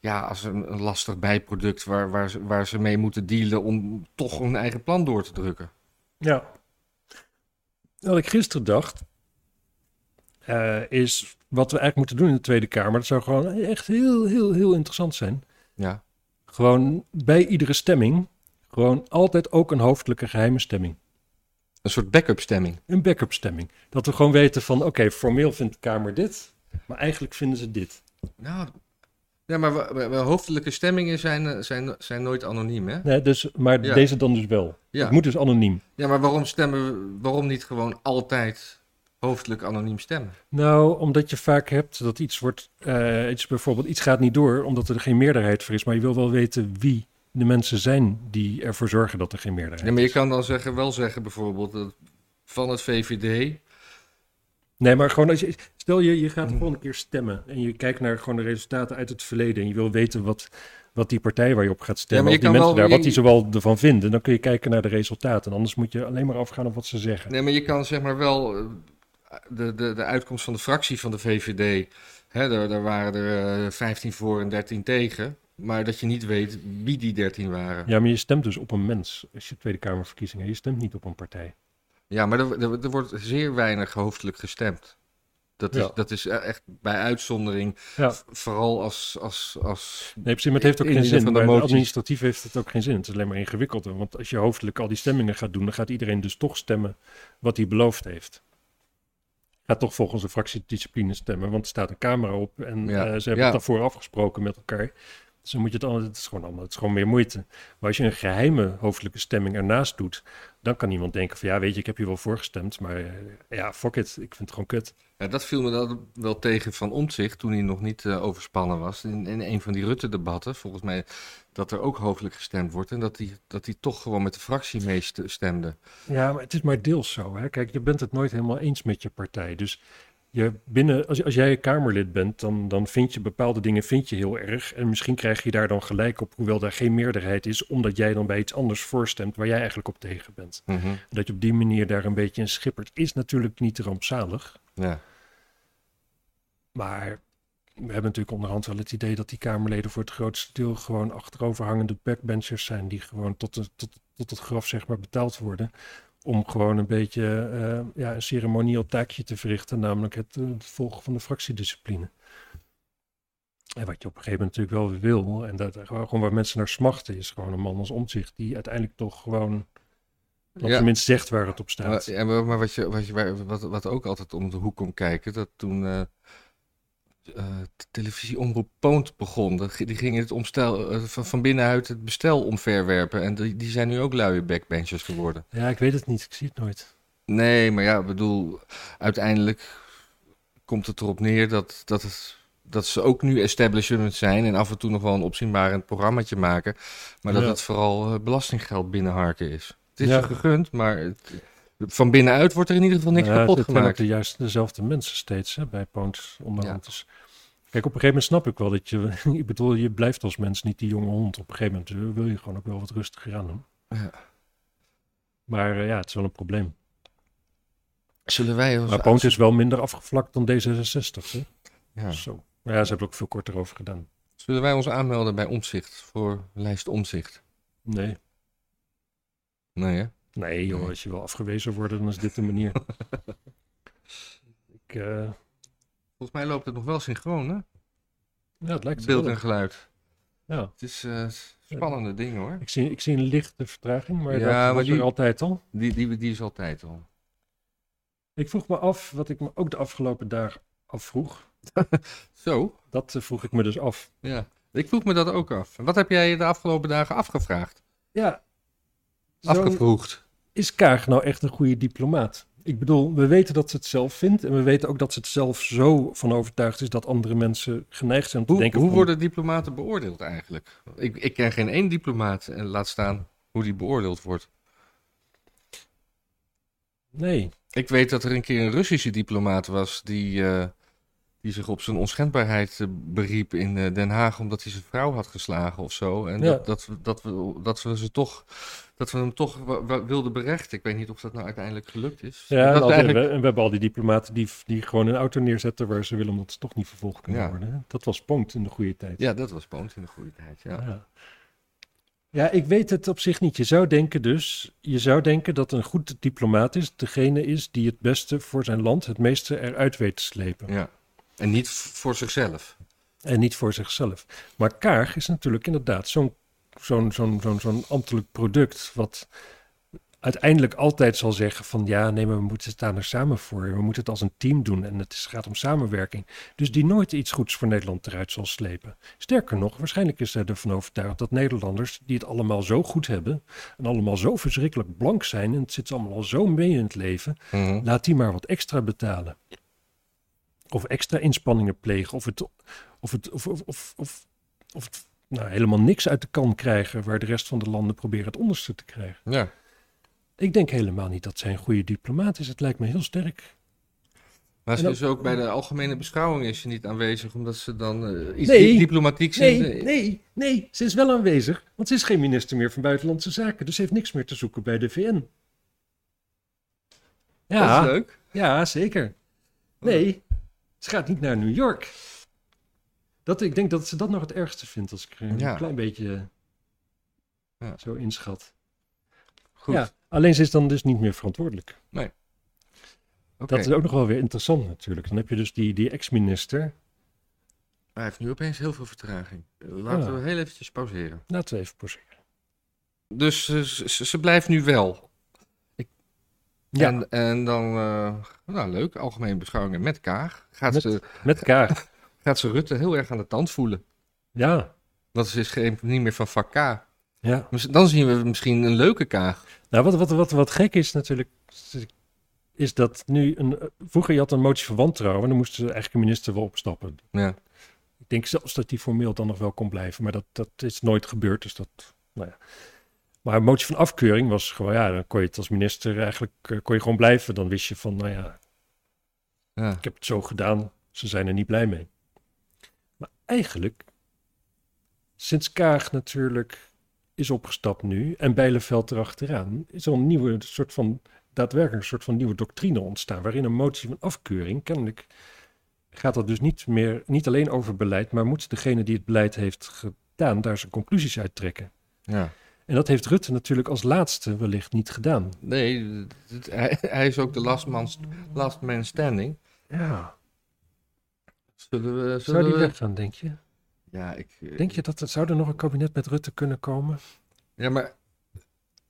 ja, als een, een lastig bijproduct waar, waar, ze, waar ze mee moeten dealen om toch hun eigen plan door te drukken.
Ja. Wat ik gisteren dacht, eh, is wat we eigenlijk moeten doen in de Tweede Kamer. Dat zou gewoon echt heel, heel, heel interessant zijn.
Ja,
Gewoon bij iedere stemming, gewoon altijd ook een hoofdelijke geheime stemming.
een soort backup stemming.
Een backup stemming. Dat we gewoon weten van, oké, formeel vindt de Kamer dit, maar eigenlijk vinden ze dit.
Nou, ja, maar we, we- we- hoofdelijke stemmingen zijn, eh, zijn, zijn nooit anoniem, hè?
Nee, dus, maar
Ja.
deze dan dus wel.
Ja.
Het moet dus anoniem.
ja, maar waarom stemmen we, waarom niet gewoon altijd hoofdelijk anoniem stemmen?
Nou, omdat je vaak hebt dat iets wordt, eh, iets, bijvoorbeeld iets gaat niet door omdat er geen meerderheid voor is, maar je wil wel weten wie de mensen zijn die ervoor zorgen dat er geen meerderheid
Ja, maar je kan dan zeggen, wel zeggen bijvoorbeeld dat van het VVD.
Nee, maar gewoon als je. Stel je, je
Mm.
gaat de volgende keer stemmen. En je kijkt naar gewoon de resultaten uit het verleden. En je wil weten wat, wat die partij waar je op gaat stemmen.
Ja, maar je
of die
kan wel-
mensen daar, wat
je-
die zowel ervan vinden. Dan kun je kijken naar de resultaten. En anders moet je alleen maar afgaan op wat ze zeggen.
Nee, maar je kan zeg maar wel eh, de, de, de uitkomst van de fractie van de VVD. Hè, daar, daar waren er eh, 15 voor en 13 tegen. Maar dat je niet weet wie die 13 waren.
Ja, maar je stemt dus op een mens. Als je Tweede Kamerverkiezingen. Je stemt niet op een partij.
Ja, maar er, er- er wordt zeer weinig hoofdelijk gestemd. Dat is,
Ja.
dat is eh, echt bij uitzondering.
Ja.
V- Vooral als, als, als.
Nee, precies. Maar het heeft ook
In
geen
ieder
zin.
van de
Maar
moties.
administratief heeft het ook geen zin. Het is alleen maar ingewikkelder. Want als je hoofdelijk al die stemmingen gaat doen, dan gaat iedereen dus toch stemmen wat hij beloofd heeft. Gaat toch volgens de fractiediscipline stemmen, want er staat een camera op en
Ja.
eh, ze hebben
Ja.
het daarvoor afgesproken met elkaar. Dus dan moet je het allemaal, het is gewoon allemaal, het is gewoon meer moeite. Maar als je een geheime hoofdelijke stemming ernaast doet, dan kan iemand denken van ja, weet je, ik heb hier wel voor gestemd, maar eh, ja, fuck it, ik vind het gewoon kut.
Ja, dat viel me dan wel tegen van Omtzigt toen hij nog niet eh, overspannen was. In, in een van die Rutte-debatten, volgens mij, dat er ook hoofdelijk gestemd wordt. En dat hij dat die toch gewoon met de fractie meestemde.
Ja, maar het is maar deels zo. Hè? Kijk, je bent het nooit helemaal eens met je partij. Dus je binnen, als, als jij Kamerlid bent, dan, dan vind je bepaalde dingen vind je heel erg. En misschien krijg je daar dan gelijk op, hoewel daar geen meerderheid is, omdat jij dan bij iets anders voorstemt waar jij eigenlijk op tegen bent. Dat je op die manier daar een beetje in schippert, is natuurlijk niet rampzalig.
Ja.
Maar we hebben natuurlijk onderhand wel het idee dat die Kamerleden voor het grootste deel gewoon achteroverhangende backbenchers zijn. Die gewoon tot, de, tot, tot het graf zeg maar betaald worden. Om gewoon een beetje eh, ja, een ceremonieel taakje te verrichten. Namelijk het, eh, het volgen van de fractiediscipline. En wat je op een gegeven moment natuurlijk wel wil. En dat, eh, gewoon waar mensen naar smachten is gewoon een man als omzicht. Die uiteindelijk toch gewoon. Op
Ja.
zijn minst zegt waar het op
Maar,
staat.
ja, maar maar wat, je, wat, je, waar- wat, wat ook altijd om de hoek komt kijken, dat toen eh eh, de televisie Omroep Poont begon, dat, die gingen het omstel, eh, van, van binnenuit het bestel omverwerpen. En die, die zijn nu ook luie backbenchers geworden.
Ja, ik weet het niet. Ik zie het nooit.
Nee, maar ja, ik bedoel, uiteindelijk komt het erop neer dat, dat, het- dat ze ook nu establishment zijn en af en toe nog wel een opzienbarend programmaatje maken. Maar dat
Ja.
het vooral eh, belastinggeld binnenharken is. Het is
Ja.
je gegund, maar het- van binnenuit wordt er in ieder geval niks
Nou Ja,
kapot
het zijn ook
gemaakt.
de juist dezelfde mensen steeds hè, bij Pound onderhand.
Ja.
Dus, kijk, op een gegeven moment snap ik wel dat je... ik bedoel, je blijft als mens niet die jonge hond. Op een gegeven moment eh, wil je gewoon ook wel wat rustiger aan doen.
Ja.
Maar eh, ja, het is wel een probleem.
Zullen wij ons
Maar Pound is wel minder afgevlakt dan D66. Hè?
ja.
Zo. Maar ja, ze hebben er ook veel korter over gedaan.
Zullen wij ons aanmelden bij Omzicht voor lijst Omzicht?
Nee.
Nee, hè?
Nee, joh, als je wil afgewezen worden, dan is dit de manier. ik, eh,
Volgens mij loopt het nog wel synchroon, hè?
ja, het lijkt er
Beeld
wel
en
op.
geluid.
Ja.
Het is eh spannende ding, hoor.
Ik zie, ik zie een lichte vertraging, maar
Ja,
dat
maar
was
die-
er altijd al.
Die, die, die is altijd al.
Ik vroeg me af, wat ik me ook de afgelopen dagen afvroeg.
Zo?
Dat eh, vroeg ik me dus af.
Ja. Ik vroeg me dat ook af. Wat heb jij je de afgelopen dagen afgevraagd?
Ja, zo'n-
Afgevroegd.
is Kaag nou echt een goede diplomaat? Ik bedoel, we weten dat ze het zelf vindt. En we weten ook dat ze het zelf zo van overtuigd is dat andere mensen geneigd zijn om te
Hoe,
denken...
hoe
van,
worden diplomaten beoordeeld eigenlijk? Ik, ik ken geen één diplomaat en laat staan hoe die beoordeeld wordt.
Nee,
Ik weet dat er een keer een Russische diplomaat was die, eh, die zich op zijn onschendbaarheid eh, beriep in eh, Den Haag omdat hij zijn vrouw had geslagen of zo. En
Ja.
dat, dat, we- dat, we, dat we ze toch dat we hem toch wa- wa- wilden berechten. Ik weet niet of dat nou uiteindelijk gelukt is.
ja, nou, en,
dat
al die-
eigenlijk-
we, en we hebben al die diplomaten die, die gewoon een auto neerzetten waar ze willen... omdat ze toch niet vervolgd kunnen
Ja.
worden. hè? Dat was Ponkt in de goede tijd.
ja, dat was Poont in de goede tijd. Ja.
Ja. Ja, ik weet het op zich niet. Je zou denken dus, je zou denken dat een goed diplomaat is degene is die het beste voor zijn land het meeste eruit weet te slepen.
Ja. En niet v- voor zichzelf.
En niet voor zichzelf. Maar Kaag is natuurlijk inderdaad zo'n zo'n zo'n zo'n zo'n ambtelijk product wat uiteindelijk altijd zal zeggen van ja, nee, maar we moeten het daar nou samen voor. We moeten het als een team doen en het is- gaat om samenwerking. Dus die nooit iets goeds voor Nederland eruit zal slepen. Sterker nog, waarschijnlijk is hij ervan overtuigd dat Nederlanders die het allemaal zo goed hebben en allemaal zo verschrikkelijk blank zijn en het zit ze allemaal al zo mee in het leven,
Mhm.
Laat die maar wat extra betalen. Of extra inspanningen plegen. Of het, of het, of, of, of, of, of het nou, helemaal niks uit de kan krijgen. Waar de rest van de landen proberen het onderste te krijgen.
Ja.
Ik denk helemaal niet dat zij een goede diplomaat is. Het lijkt me heel sterk.
Maar ze
En
is ook bij de algemene beschouwing is ze niet aanwezig, omdat ze dan eh, iets
Nee.
di- diplomatieks
Nee,
in de-
nee, nee. Ze is wel aanwezig. Want ze is geen minister meer van Buitenlandse Zaken. Dus ze heeft niks meer te zoeken bij de VN.
Dat is eh,
Ja,
leuk.
ja zeker. Nee, ze gaat niet naar New York. Dat, ik denk dat ze dat nog het ergste vindt als ik er een
Ja.
klein beetje eh,
Ja.
zo inschat.
Goed.
Ja, alleen ze is dan dus niet meer verantwoordelijk.
Oké.
Dat is ook nog wel weer interessant natuurlijk. Dan heb je dus die, die ex-minister.
Maar hij heeft nu opeens heel veel vertraging. Eh, Laten
Ja.
we heel eventjes pauzeren.
Laten we Nou, even poseren.
Dus eh, ze, ze- ze blijft nu wel.
Ja,
En, en dan, eh, nou leuk, algemene beschouwingen met Kaag. Gaat,
Met-
ze,
met Kaag.
gaat ze Rutte heel erg aan de tand voelen.
Ja,
Want ze is geen, niet meer van vak K.
ja.
Dus Dan zien we misschien een leuke Kaag.
Nou, wat, wat, wat, wat gek is natuurlijk, is dat nu een... Vroeger je had een motie van wantrouwen en dan moest de eigenlijk minister wel opstappen.
Ja.
Ik denk zelfs dat die formeel dan nog wel kon blijven, maar dat, dat is nooit gebeurd. Dus dat, nou ja. Maar een motie van afkeuring was gewoon, ja, dan kon je het als minister eigenlijk, eh, kon je gewoon blijven. Dan wist je van, nou ja,
ja.
ik heb het zo gedaan, ze zijn er niet blij mee. Maar eigenlijk, sinds Kaag natuurlijk is opgestapt nu en Bijleveld erachteraan, is er een nieuwe soort van, daadwerkelijk een soort van nieuwe doctrine ontstaan, waarin een motie van afkeuring kennelijk gaat dat dus niet meer, niet alleen over beleid, maar moet degene die het beleid heeft gedaan daar zijn conclusies uit trekken.
ja.
En dat heeft Rutte natuurlijk als laatste wellicht niet gedaan.
Nee, het- hij, hij is ook de last man, last man standing.
Ja.
Zullen we...
Zou
zullen
die
we-
weggaan, denk je?
Ja, ik... eh,
Denk je dat er, zou er nog een kabinet met Rutte kunnen komen?
Ja, maar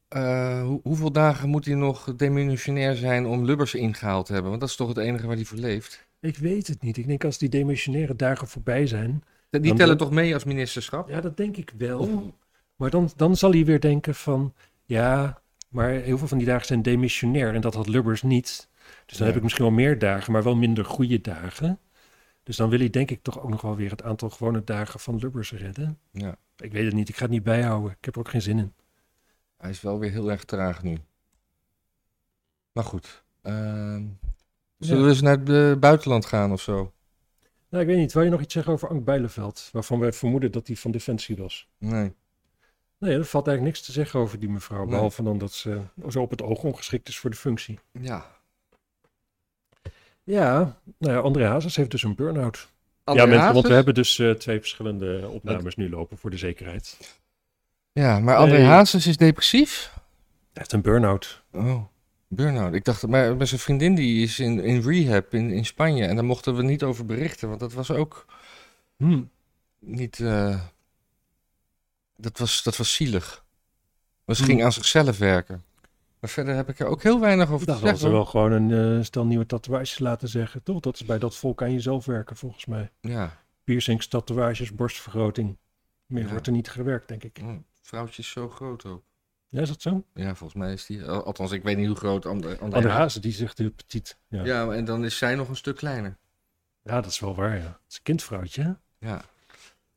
eh, hoe- hoeveel dagen moet hij nog demissionair zijn om Lubbers ingehaald te hebben? Want dat is toch het enige waar hij voor leeft.
Ik weet het niet. Ik denk als die demissionaire dagen voorbij zijn.
Die
Dan-
tellen toch mee als ministerschap?
Ja, dat denk ik wel. Maar dan, dan zal hij weer denken van... Ja, maar heel veel van die dagen zijn demissionair. En dat had Lubbers niet. Dus dan
Ja.
heb ik misschien wel meer dagen, maar wel minder goede dagen. Dus dan wil hij denk ik toch ook nog wel weer het aantal gewone dagen van Lubbers redden.
Ja.
Ik weet het niet, ik ga het niet bijhouden. Ik heb er ook geen zin in.
Hij is wel weer heel erg traag nu. Maar goed. ehm, zullen
Ja.
we eens naar het eh, buitenland gaan of zo?
Nou, ik weet niet, wil je nog iets zeggen over Ank Bijleveld? Waarvan wij vermoeden dat hij van Defensie was.
Nee.
Nee, er valt eigenlijk niks te zeggen over die mevrouw.
Nee.
Behalve dan dat ze zo op het oog ongeschikt is voor de functie.
Ja.
Ja, nou ja, André Hazes heeft dus een burn-out.
André
ja, mensen, want
Hazes?
we hebben dus eh, twee verschillende opnames nu lopen voor de zekerheid. Hij
Ja, maar André
Nee.
Hazes is depressief?
heeft een burn-out.
Oh, burn-out. Ik dacht, maar, maar zijn vriendin die is in, in rehab in, in Spanje. En daar mochten we niet over berichten, want dat was ook
Hmm.
niet... eh, dat, was, dat was zielig. Maar ze
Hmm.
ging aan zichzelf werken. Maar verder heb ik er ook heel weinig over
Nou, Dat
te
hadden ze
zeggen.
wel gewoon een eh, stel nieuwe tatoeages laten zeggen. Toch, dat is bij dat volk aan jezelf werken volgens mij.
hoor. Ja,
Piercings, tatoeages, borstvergroting. Meer
Ja.
wordt er niet gewerkt, denk ik.
Hm, vrouwtje is zo groot ook.
Ja, is dat zo?
Ja, volgens mij is die... al- Althans, ik weet niet hoe groot André, André
André
Hazes
Hazes, die zegt heel petit. Ja.
is.
Ja.
Ja, en dan is zij nog een stuk kleiner.
dat is wel waar, ja. Het is een kindvrouwtje, hè?
Ja.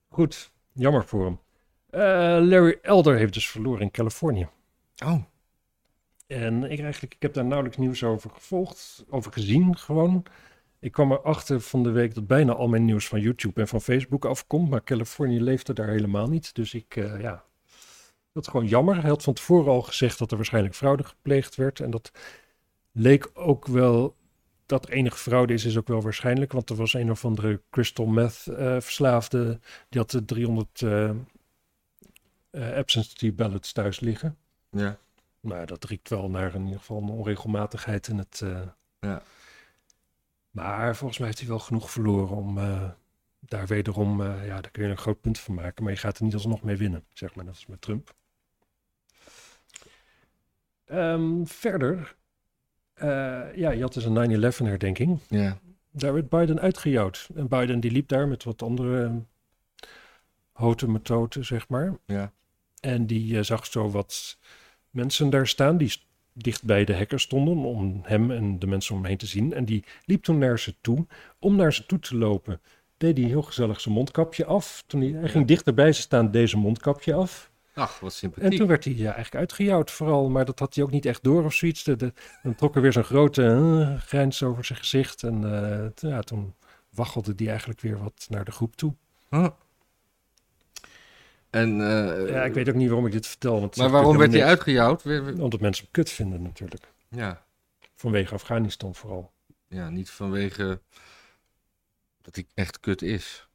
Goed, jammer voor hem. Eh, Larry Elder heeft dus verloren in Californië.
Oh,
En ik, eigenlijk, ik heb daar nauwelijks nieuws over gevolgd, over gezien gewoon. Ik kwam erachter van de week dat bijna al mijn nieuws van YouTube en van Facebook afkomt. Maar Californië leefde daar helemaal niet. Dus ik, eh, ja, dat is gewoon jammer. Hij had van tevoren al gezegd dat er waarschijnlijk fraude gepleegd werd. En dat leek ook wel, dat er enige fraude is, is ook wel waarschijnlijk. Want er was een of andere crystal meth eh, verslaafde. Die had de 300 eh, eh, absentee ballots thuis liggen.
ja.
Nou, dat riekt wel naar in ieder geval een onregelmatigheid in het. eh,
Ja.
Maar volgens mij heeft hij wel genoeg verloren om eh, daar wederom, eh, ja, daar kun je een groot punt van maken. Maar je gaat er niet alsnog mee winnen, zeg maar, net als met Trump. Ehm, verder, eh, ja, je had dus een 9-11 herdenking.
Ja.
Daar werd Biden uitgejouwd. En Biden die liep daar met wat andere eh, houten methoden, zeg maar.
Ja,
En die eh, zag zo wat mensen daar staan die s- dicht bij de hekken stonden om hem en de mensen om hem heen te zien. En die liep toen naar ze toe. Om naar ze toe te lopen, deed hij heel gezellig zijn mondkapje af. Toen hij, hij ging dichterbij ze staan, deed zijn mondkapje af.
ach, wat
En
sympathiek.
toen werd hij ja, eigenlijk uitgejouwd vooral, maar dat had hij ook niet echt door of zoiets. De, de- dan trok er weer zo'n grote eh, grijns over zijn gezicht. En eh, t- ja, toen waggelde hij eigenlijk weer wat naar de groep toe.
Huh. En, eh,
Ja, ik weet ook niet waarom ik dit vertel. Want
maar waarom werd hij
hij
uitgejouwd? We- we-
Omdat mensen hem kut vinden natuurlijk.
Ja,
Vanwege Afghanistan vooral.
ja, niet vanwege dat hij echt kut is.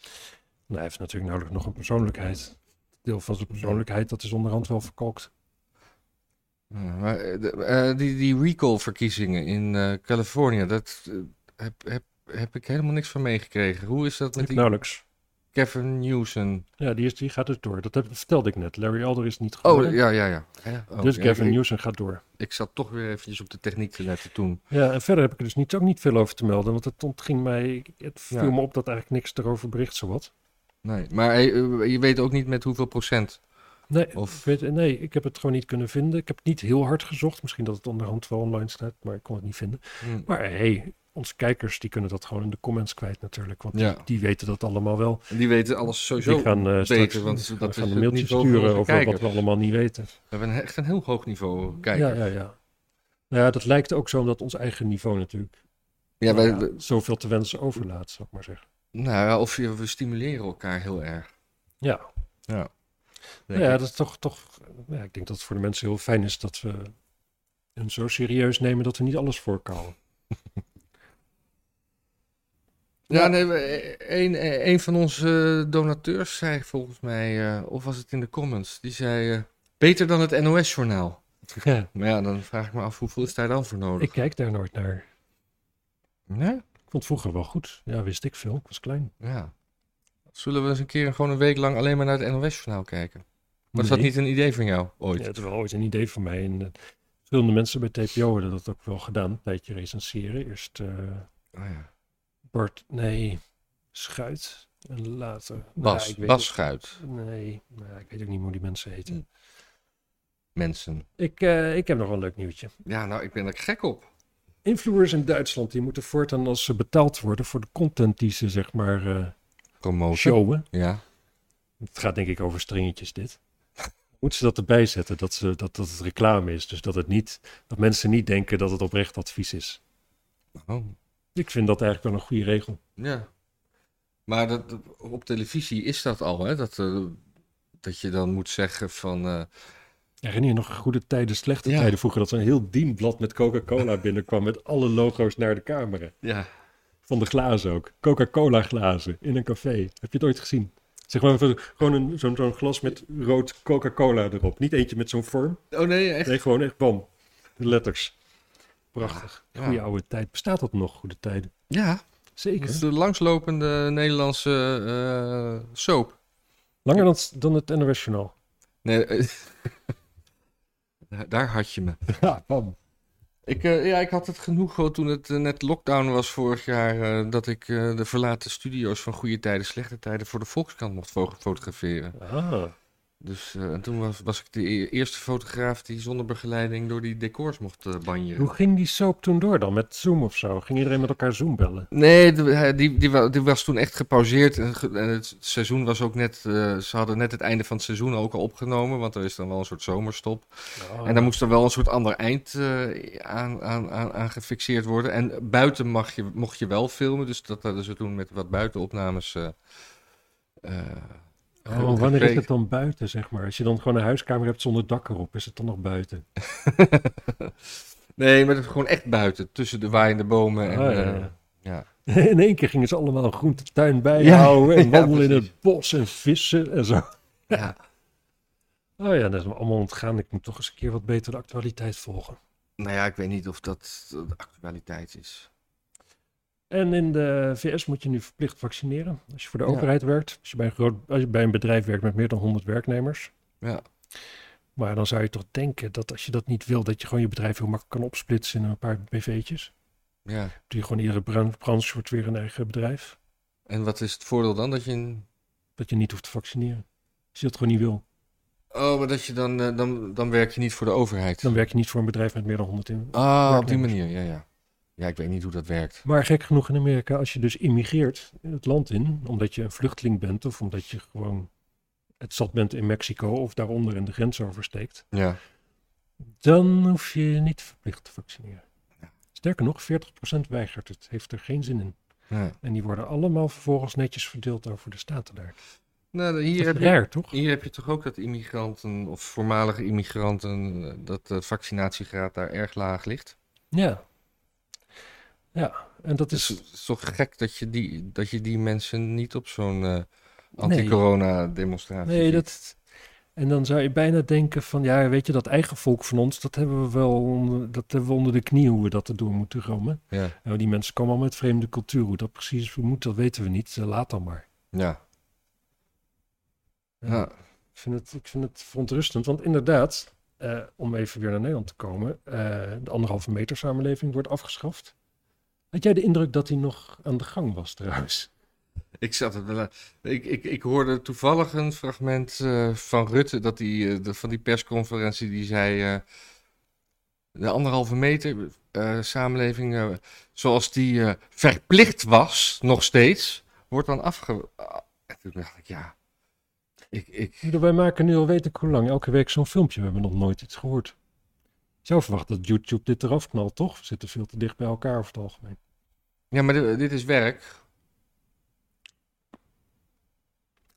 Nou, hij heeft natuurlijk nauwelijks nog een persoonlijkheid. Deel van zijn persoonlijkheid, dat is onderhand wel verkalkt.
Ja, maar eh, de- eh, die, die recall-verkiezingen in eh, Californië, dat eh, heb, heb, heb ik helemaal niks van meegekregen. Hoe is dat met
Ik
die
nauwelijks.
Kevin Newsom?
Ja, die, is, die gaat dus door. Dat, heb, dat vertelde ik net. Larry Elder is niet geworden.
Oh, ja, ja, ja. Ja, oh,
dus
ja,
Gavin
ik,
Newsom gaat door.
ik zat toch weer eventjes op de techniek te letten toen.
Ja, en verder heb ik er dus niet, ook niet veel over te melden. Want het ontging mij... Het viel
Ja.
me op dat eigenlijk niks erover bericht, zowat.
Nee, maar eh, je weet ook niet met hoeveel procent.
Nee,
Of-
ik weet, nee, ik heb het gewoon niet kunnen vinden. Ik heb het niet heel hard gezocht. Misschien dat het onderhand wel online staat, maar ik kon het niet vinden.
Hm,
Maar hey, onze kijkers die kunnen dat gewoon in de comments kwijt natuurlijk. Want
Ja,
die weten dat allemaal wel.
die weten alles sowieso.
Die gaan eh straks
want dat
we
is
gaan
het
een mailtje
niveau van onze
sturen over
kijkers.
wat we allemaal niet weten.
We hebben een- echt een heel hoog niveau kijken.
Ja, ja, ja. Nou ja, dat lijkt ook zo omdat ons eigen niveau natuurlijk
Ja, wij-
nou ja,
we-
zoveel te wensen overlaat, zou ik maar zeggen.
nou ja, of je- we stimuleren elkaar heel erg.
Ja,
denk
nou ja
ik.
dat is toch, toch ja, ik denk dat het voor de mensen heel fijn is dat we hem zo serieus nemen dat we niet alles voorkomen.
ja nee, we- een, een van onze eh, donateurs zei volgens mij, eh, of was het in de comments, die zei eh, beter dan het NOS-journaal.
Ja,
Maar ja, dan vraag ik me af, hoeveel is daar dan voor nodig?
ik kijk daar nooit naar.
Nee?
Ik vond het vroeger wel goed. Ja, wist ik veel. Ik was klein.
Ja. Zullen we eens een keer gewoon een week lang alleen maar naar het NOS-journaal kijken? Was dat
Nee.
niet een idee van jou ooit?
Ja, het is wel ooit een idee van mij. En eh, verschillende mensen bij TPO hebben dat ook wel gedaan. Een tijdje recenseren. Eerst... eh,
Oh, ja.
Bart, nee, Schuit. En later.
Bas,
Nou, ik weet
Bas Schuit,
ook- nee, nou, ik weet ook niet hoe die mensen heten.
Hm. mensen.
Ik, eh, ik heb nog wel een leuk nieuwtje.
Ja, nou, ik ben er gek op.
Influencers in Duitsland, die moeten voortaan als ze betaald worden voor de content die ze zeg maar eh,
Promotion.
showen.
Ja.
Het gaat denk ik over stringetjes dit. Moeten ze dat erbij zetten, dat, ze, dat, dat het reclame is. Dus dat, het niet, dat mensen niet denken dat het oprecht advies is.
Oh.
Ik vind dat eigenlijk wel een goede regel.
Ja. Maar dat, op televisie is dat al, hè? Dat, eh, dat je dan moet zeggen van... eh,
Herinner je nog goede tijden, slechte
Ja.
tijden vroeger... dat er een heel dienblad met Coca-Cola binnenkwam... met alle logo's naar de camera.
ja.
Van de glazen ook. Coca-Cola glazen in een café. Heb je het ooit gezien? Zeg maar even gewoon een- zo'n zo'n glas met rood Coca-Cola erop. Niet eentje met zo'n vorm.
Oh nee, echt?
Nee, gewoon echt bam. De letters. Prachtig.
Ja.
Goede oude tijd. Bestaat dat nog, goede tijden?
Ja, dat is
Zeker.
de langslopende Nederlandse eh, soap.
Langer dan, dan het NOS Journaal.
Nee, eh, daar- daar had je me.
Ja, bam.
Ik, eh, ja, ik had het genoeg hoor, toen het eh, net lockdown was vorig jaar... eh, dat ik eh, de verlaten studio's van Goede Tijden, Slechte Tijden... voor de Volkskrant mocht fo- fotograferen.
Ah,
Dus eh, en toen was, was ik de e- eerste fotograaf... die zonder begeleiding door die decors mocht eh, banjeren.
hoe ging die soap toen door dan? Met Zoom of zo? Ging iedereen met elkaar Zoom bellen?
Nee, de- hij- die, die, wa- die was toen echt gepauzeerd. En, ge- en het seizoen was ook net. eh, ze hadden net het einde van het seizoen ook al opgenomen. Want er is dan wel een soort zomerstop.
Oh,
En daar moest dan wel een soort ander eind eh, aan, aan, aan, aan gefixeerd worden. En buiten mag je, mocht je wel filmen. Dus dat hadden ze toen met wat buitenopnames. eh, eh,
Oh, wanneer is
gekeken.
het dan buiten, zeg maar? Als je dan gewoon een huiskamer hebt zonder dak erop, is het dan nog buiten?
Nee, maar het gewoon echt buiten. Tussen de waaiende bomen. En, eh,
Ah, ja, ja.
ja.
In één keer gingen ze allemaal een groentetuin bijhouden en
ja,
wandelen in
precies.
het bos en vissen en zo.
ja.
Oh ja, dat is me allemaal ontgaan. Ik moet toch eens een keer wat beter de actualiteit volgen.
Nou ja, ik weet niet of dat eh, de actualiteit is.
En in de VS moet je nu verplicht vaccineren. Als je voor de
Ja.
overheid werkt, als je, bij een groot, als je bij een bedrijf werkt met meer dan 100 werknemers.
Ja.
Maar dan zou je toch denken dat als je dat niet wil, dat je gewoon je bedrijf heel makkelijk kan opsplitsen in een paar bv'tjes.
Ja.
Doe je gewoon iedere bran- branche wordt weer een eigen bedrijf.
En wat is het voordeel dan? Dat je een
Dat je niet hoeft te vaccineren. Als je dat gewoon niet wil,
Oh, maar dat je dan, eh, dan, dan werk je niet voor de overheid.
dan werk je niet voor een bedrijf met meer dan 100 in.
Ah, op die
werknemers.
manier, ja, ja. Ja, ik weet niet hoe dat werkt.
Maar gek genoeg in Amerika, als je dus immigreert het land in, omdat je een vluchteling bent of omdat je gewoon het zat bent in Mexico of daaronder in de grens oversteekt,
Ja.
dan hoef je je niet verplicht te vaccineren.
Ja.
Sterker nog, 40% weigert het, heeft er geen zin in.
ja.
En die worden allemaal vervolgens netjes verdeeld over de staten daar.
Nou, hier
Hier
heb,
dat is
je,
raar, toch?
hier heb je toch ook dat immigranten of voormalige immigranten, eh, dat de vaccinatiegraad daar erg laag ligt.
Ja. Ja, en dat
Dus
is...
het is toch gek dat je die, dat je die mensen niet op zo'n eh, anti-corona-demonstratie
Nee,
ziet.
dat. En dan zou je bijna denken van ja, weet je, dat eigen volk van ons, dat hebben we wel onder, dat hebben we onder de knie hoe we dat erdoor moeten romen.
Ja,
Nou, die mensen komen al met vreemde cultuur. Hoe dat precies moet, dat weten we niet. Eh, Laat dan maar.
ja.
Ja.
ja.
Ik vind het, ik vind het verontrustend. Want inderdaad, eh, om even weer naar Nederland te komen, eh, de anderhalve meter samenleving wordt afgeschaft. Had jij de indruk dat die nog aan de gang was trouwens?
Ik, zat er, wel- ik, ik, ik hoorde toevallig een fragment eh, van Rutte dat hij, eh, de- van die persconferentie die zei eh, de anderhalve meter eh, samenleving eh, zoals die eh, verplicht was nog steeds wordt dan afge. Ah, en toen dacht ik ja, ik, ik,
Ik bedoel, Wij maken nu al weet ik hoe lang elke week zo'n filmpje. We hebben nog nooit iets gehoord. Ik zou verwachten dat YouTube dit eraf knalt, toch? We zitten veel te dicht bij elkaar over het algemeen.
ja, maar dit, dit is werk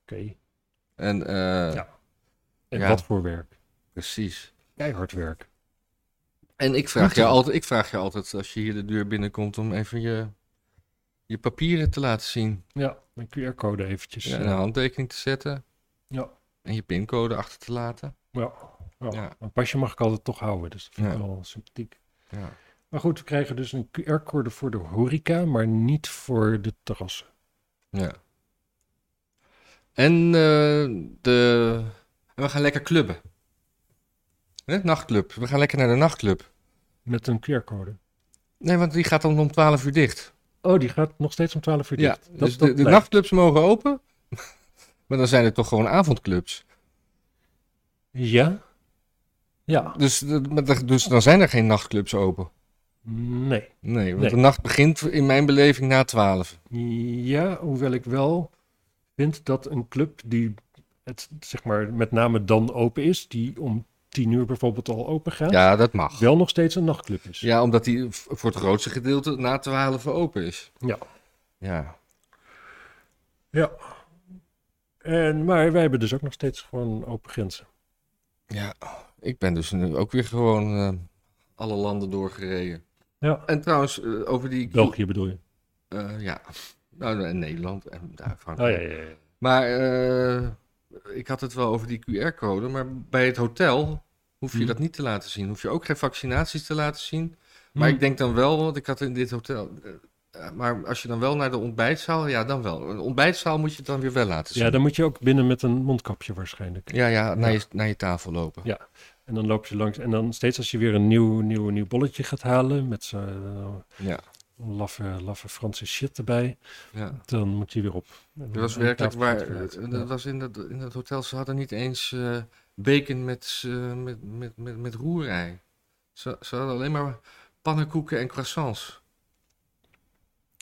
Oké.
en eh,
Ja. En
Ja.
wat voor werk?
precies.
Keihard werk.
En ik vraag
Moeten
je
we-
altijd, ik vraag je altijd als je hier de deur binnenkomt om even je, je papieren te laten zien,
Ja, mijn QR-code eventjes.
ja, nou.
Ja,
Dus een handtekening te zetten.
ja.
En je pincode achter te laten.
ja.
Ja.
Mijn pasje mag ik altijd toch houden, dus dat vind ik
Ja.
wel sympathiek.
Ja.
Maar goed, we krijgen dus een QR-code voor de horeca, maar niet voor de terrassen.
ja. En eh, de... en we gaan lekker clubben. Hè? Nachtclub. We gaan lekker naar de nachtclub.
Met een QR-code.
Nee, want die gaat dan om 12 uur dicht.
Oh, die gaat nog steeds om 12 uur dicht.
Ja,
Dat-
dus
dat
de, de
blijft.
nachtclubs mogen open. maar dan zijn er toch gewoon avondclubs.
Ja? Ja.
Dus, de- maar de- dus dan zijn er geen nachtclubs open.
Nee.
Nee, want
Nee.
de nacht begint in mijn beleving na 12.
Ja, hoewel ik wel vind dat een club die het, zeg maar, met name dan open is, die om tien uur bijvoorbeeld al open gaat,
Ja, dat mag.
wel nog steeds een nachtclub is.
Ja, omdat die v- voor het grootste gedeelte na 12 open is.
Ja.
Ja.
Ja. En, maar wij hebben dus ook nog steeds gewoon open grenzen.
Ja, ik ben dus nu ook weer gewoon eh, alle landen doorgereden.
Ja.
En trouwens, eh, over die...
België bedoel je?
Eh, ja, nou, en Nederland en daar
Oh,
Frankrijk.
ja, ja, ja.
Maar eh, ik had het wel over die QR-code, maar bij het hotel hoef je
Hm.
dat niet te laten zien. Hoef je ook geen vaccinaties te laten zien. Maar
Hm.
ik denk dan wel, want ik had in dit hotel... eh, maar als je dan wel naar de ontbijtzaal, ja dan wel. Een ontbijtzaal moet je het dan weer wel laten zien.
ja, dan moet je ook binnen met een mondkapje waarschijnlijk.
Ja, ja, naar,
Ja.
Je, naar je tafel lopen.
Ja. En dan loop je langs. En dan steeds als je weer een nieuw, nieuw, nieuw bolletje gaat halen met zo'n
Ja.
laffe, laffe Franse shit erbij,
ja.
dan moet je weer op. En
Er was
dan-
werkelijk
tafel
waar.
gaat weer uit.
eh,
Ja.
Er was in dat, in dat hotel, ze hadden niet eens eh, bacon met, eh, met, met, met, met roerei. Ze, ze hadden alleen maar pannenkoeken en croissants.